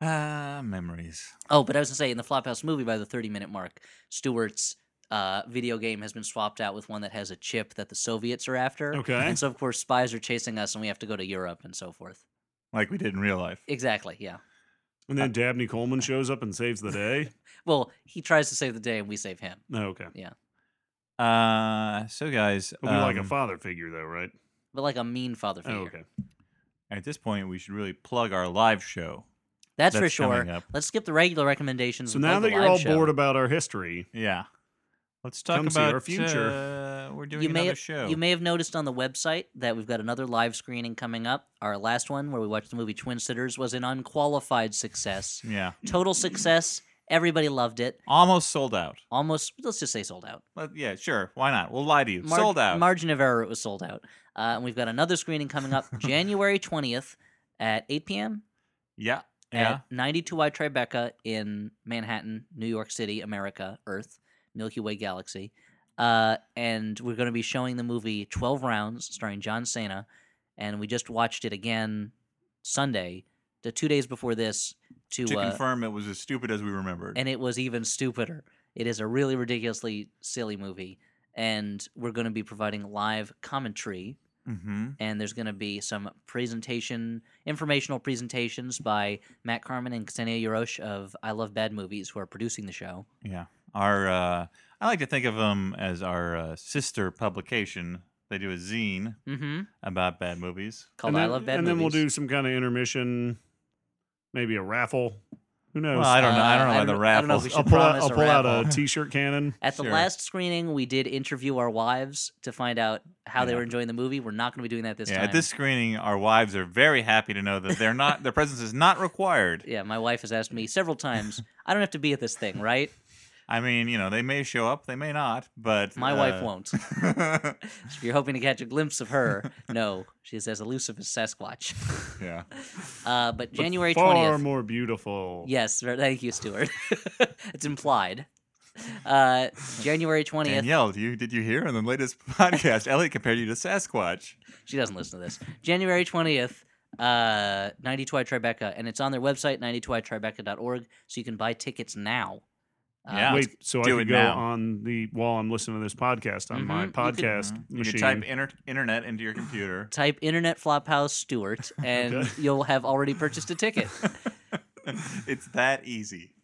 A: Ah, memories.
C: oh, but I was gonna say in the Flophouse movie, by the thirty-minute mark, Stewart's uh, video game has been swapped out with one that has a chip that the Soviets are after.
B: Okay.
C: and so of course spies are chasing us, and we have to go to Europe and so forth.
A: Like we did in real life.
C: Exactly. Yeah.
B: and
C: Uh,
B: then Dabney Coleman shows up and saves the day.
C: Well, he tries to save the day, and we save him.
B: No, okay.
A: Uh, so guys,
B: He'll be like a
A: um,
B: father figure, though, right?
C: But like a mean father
B: Oh,
C: figure.
B: okay.
A: at this point, we should really plug our live show.
C: That's, for
A: That's
C: sure.
A: coming up.
C: Let's skip the regular recommendations.
B: So
C: and
B: now
C: plug the
B: that you're
C: live
B: all
C: show.
B: bored about our history,
A: Yeah. Let's talk
B: Come see
A: about
B: our future.
A: Uh, we're doing
C: you may
A: another
C: have,
A: show.
C: You may have noticed on the website that we've got another live screening coming up. Our last one, where we watched the movie Twin Sitters, was an unqualified success,
A: yeah.
C: total success. Everybody loved it.
A: Almost sold out.
C: Almost, let's just say sold out.
A: But yeah, sure. Why not? We'll lie to you.
C: Mar-
A: sold out.
C: Margin of error, it was sold out. Uh, and we've got another screening coming up January 20th at 8 p.m.
A: yeah. Yeah.
C: at 92i Tribeca in Manhattan, New York City, America, Earth, Milky Way Galaxy. Uh, and we're going to be showing the movie 12 Rounds starring John Cena. And we just watched it again Sunday, the two days before this, to,
A: to
C: uh,
A: confirm, it was as stupid as we remembered.
C: and it was even stupider. It is a really ridiculously silly movie. And we're going to be providing live commentary
A: mm-hmm.
C: and there's going to be some presentation, informational presentations by Matt Carmen and Ksenia Yarosh of I Love Bad Movies, who are producing the show.
A: Yeah. Our uh, I like to think of them as our uh, sister publication, They do a zine
C: Mm-hmm.
A: about bad movies.
C: Called
B: and
C: I
B: then,
C: Love Bad
B: And
C: Movies.
B: then we'll do some kind of intermission, maybe a raffle. Who knows?
A: Well, I don't know. I
C: Uh,
A: don't know
C: I
A: about the
C: don't- I don't know if
A: raffles.
C: we should
B: I'll pull out.
C: promise
B: I'll
C: a
B: pull out a
A: raffle.
B: t-shirt cannon.
C: At the
A: Sure.
C: last screening, we did interview our wives to find out how they
A: Yeah.
C: were enjoying the movie. We're not going to be doing that this
A: yeah,
C: time.
A: at this screening, our wives are very happy to know that they're not their presence is not required.
C: yeah, my wife has asked me several times. I don't have to be at this thing, right?
A: I mean, you know, they may show up, they may not, but uh,
C: My wife won't.
A: won't.
C: If you're hoping to catch a glimpse of her, no, she's as elusive as Sasquatch.
A: yeah,
C: Uh, but
B: but
C: January
B: far
C: twentieth.
B: more beautiful.
C: Yes, ver- thank you, Stuart. it's implied. Uh, January twentieth.
A: Danielle, do you did you hear in the latest podcast? Elliot compared you to Sasquatch.
C: She doesn't listen to this. January 20th, uh, 92i Tribeca, and it's on their website, 92itribeca.org, so you can buy tickets now. Uh,
A: Yeah.
B: Wait, so I
A: do
B: could
A: it
B: go
A: now.
B: on the while I'm listening to this podcast on my
C: Mhm, you could-
B: podcast
A: You
B: machine.
A: could type inter- internet into your computer.
C: Type Internet Flophouse Stewart, and
B: Okay.
C: you'll have already purchased a ticket.
A: it's that easy.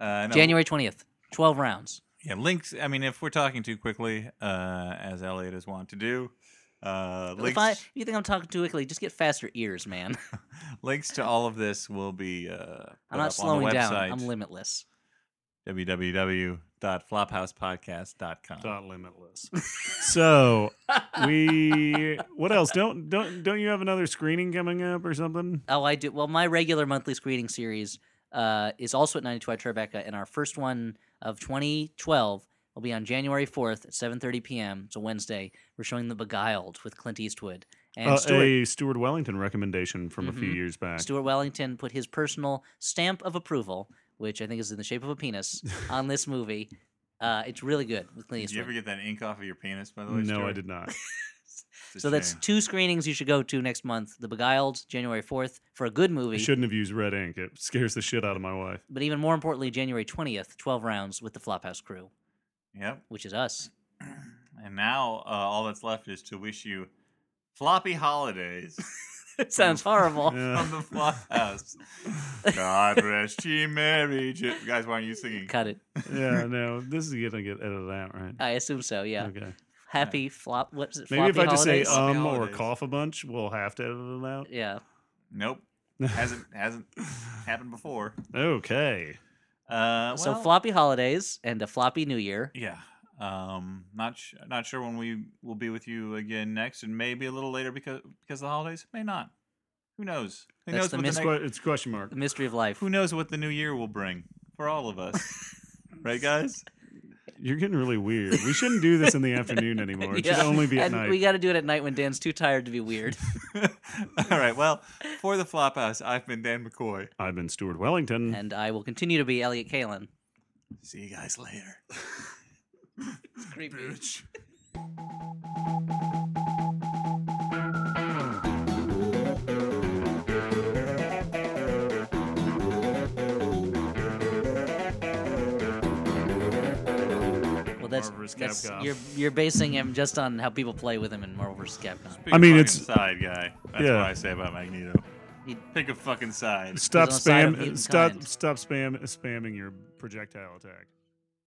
A: Uh, no,
C: January 20th, 12 rounds.
A: Yeah, links. I mean, if we're talking too quickly, uh, as Elliot is wont to do, uh, links,
C: If, I, if you think I'm talking too quickly, just get faster ears, man.
A: links to all of this will be uh, put
C: I'm
A: up
C: not slowing
A: on the
C: down.
A: website,
C: I'm limitless.
A: www.flophousepodcast.com.
B: Dot limitless. so we what else? Don't don't don't you have another screening coming up or something?
C: Oh, I do. Well, my regular monthly screening series uh, is also at 92 at Tribeca, and our first one of 2012 will be on January 4th at 7:30 p.m. It's a Wednesday. We're showing The Beguiled with Clint Eastwood and
A: Oh,
B: Uh,
C: Stuart.
B: a Stuart Wellington recommendation from a few
C: Mhm.
B: years back.
C: Stuart Wellington put his personal stamp of approval, which I think is in the shape of a penis, on this movie. Uh, it's really good with Clint
A: Did you
C: Eastwood.
A: ever get that ink off of your penis, by the way?
B: no, I
A: Stuart?
B: did not.
A: It's a
C: so that's
A: shame.
C: two screenings you should go to next month. The Beguiled, January 4th, for a good
B: I
C: movie.
B: shouldn't have used red ink. It scares the shit out of my wife.
C: But even more importantly, January 20th, 12 rounds with the Flophouse crew,
A: Yep.
C: which is us.
A: And now uh, all that's left is to wish you floppy holidays
C: It sounds horrible.
B: Yeah.
A: from the Flop House. God rest ye merry. Ju- Guys, why aren't you singing?
C: Cut it.
B: yeah, no, this is gonna get edited out, right?
C: I assume so. Uh, Yeah.
B: Okay.
C: Happy flop. What is it?
B: Maybe if I
C: floppy
B: just say
C: holidays?
A: Happy
B: um or
A: holidays.
B: cough a bunch, we'll have to edit it out.
C: yeah.
A: Nope. Hasn't hasn't happened before.
B: Okay.
A: Uh,
C: so
A: well,
C: floppy holidays and a floppy New Year.
A: Yeah. Um. Not sh- not sure when we will be with you again next, and maybe a little later because because of the holidays. May not. Who knows? Who
C: That's
A: knows
C: the
A: what
B: It's,
A: the
C: mystery-
A: next,
B: que- it's a question mark.
C: The mystery of life.
A: Who knows what the new year will bring for all of us? right, guys.
B: You're getting really weird. We shouldn't do this in the afternoon anymore. It
C: Yeah.
B: should only be at
C: and
B: night.
C: we got to do it at night when Dan's too tired to be weird.
A: all right. Well, for the Flophouse, I've been Dan McCoy.
B: I've been Stuart Wellington.
C: and I will continue to be Elliot Kalin.
A: See you guys later.
C: It's creepy. Well, that's,
B: Marvelous
C: that's
B: Capcom.
C: you're you're basing him just on how people play with him in Marvel vs. Capcom.
A: Pick
B: I
A: a
B: mean,
A: fucking
B: it's-
A: side guy. That's
B: Yeah.
A: what I say about Magneto.
C: He-
A: Pick a fucking side.
B: Stop
C: on the side of
B: spam.
C: mutant
B: Stop.
C: kind.
B: Stop spam. Spamming your projectile attack.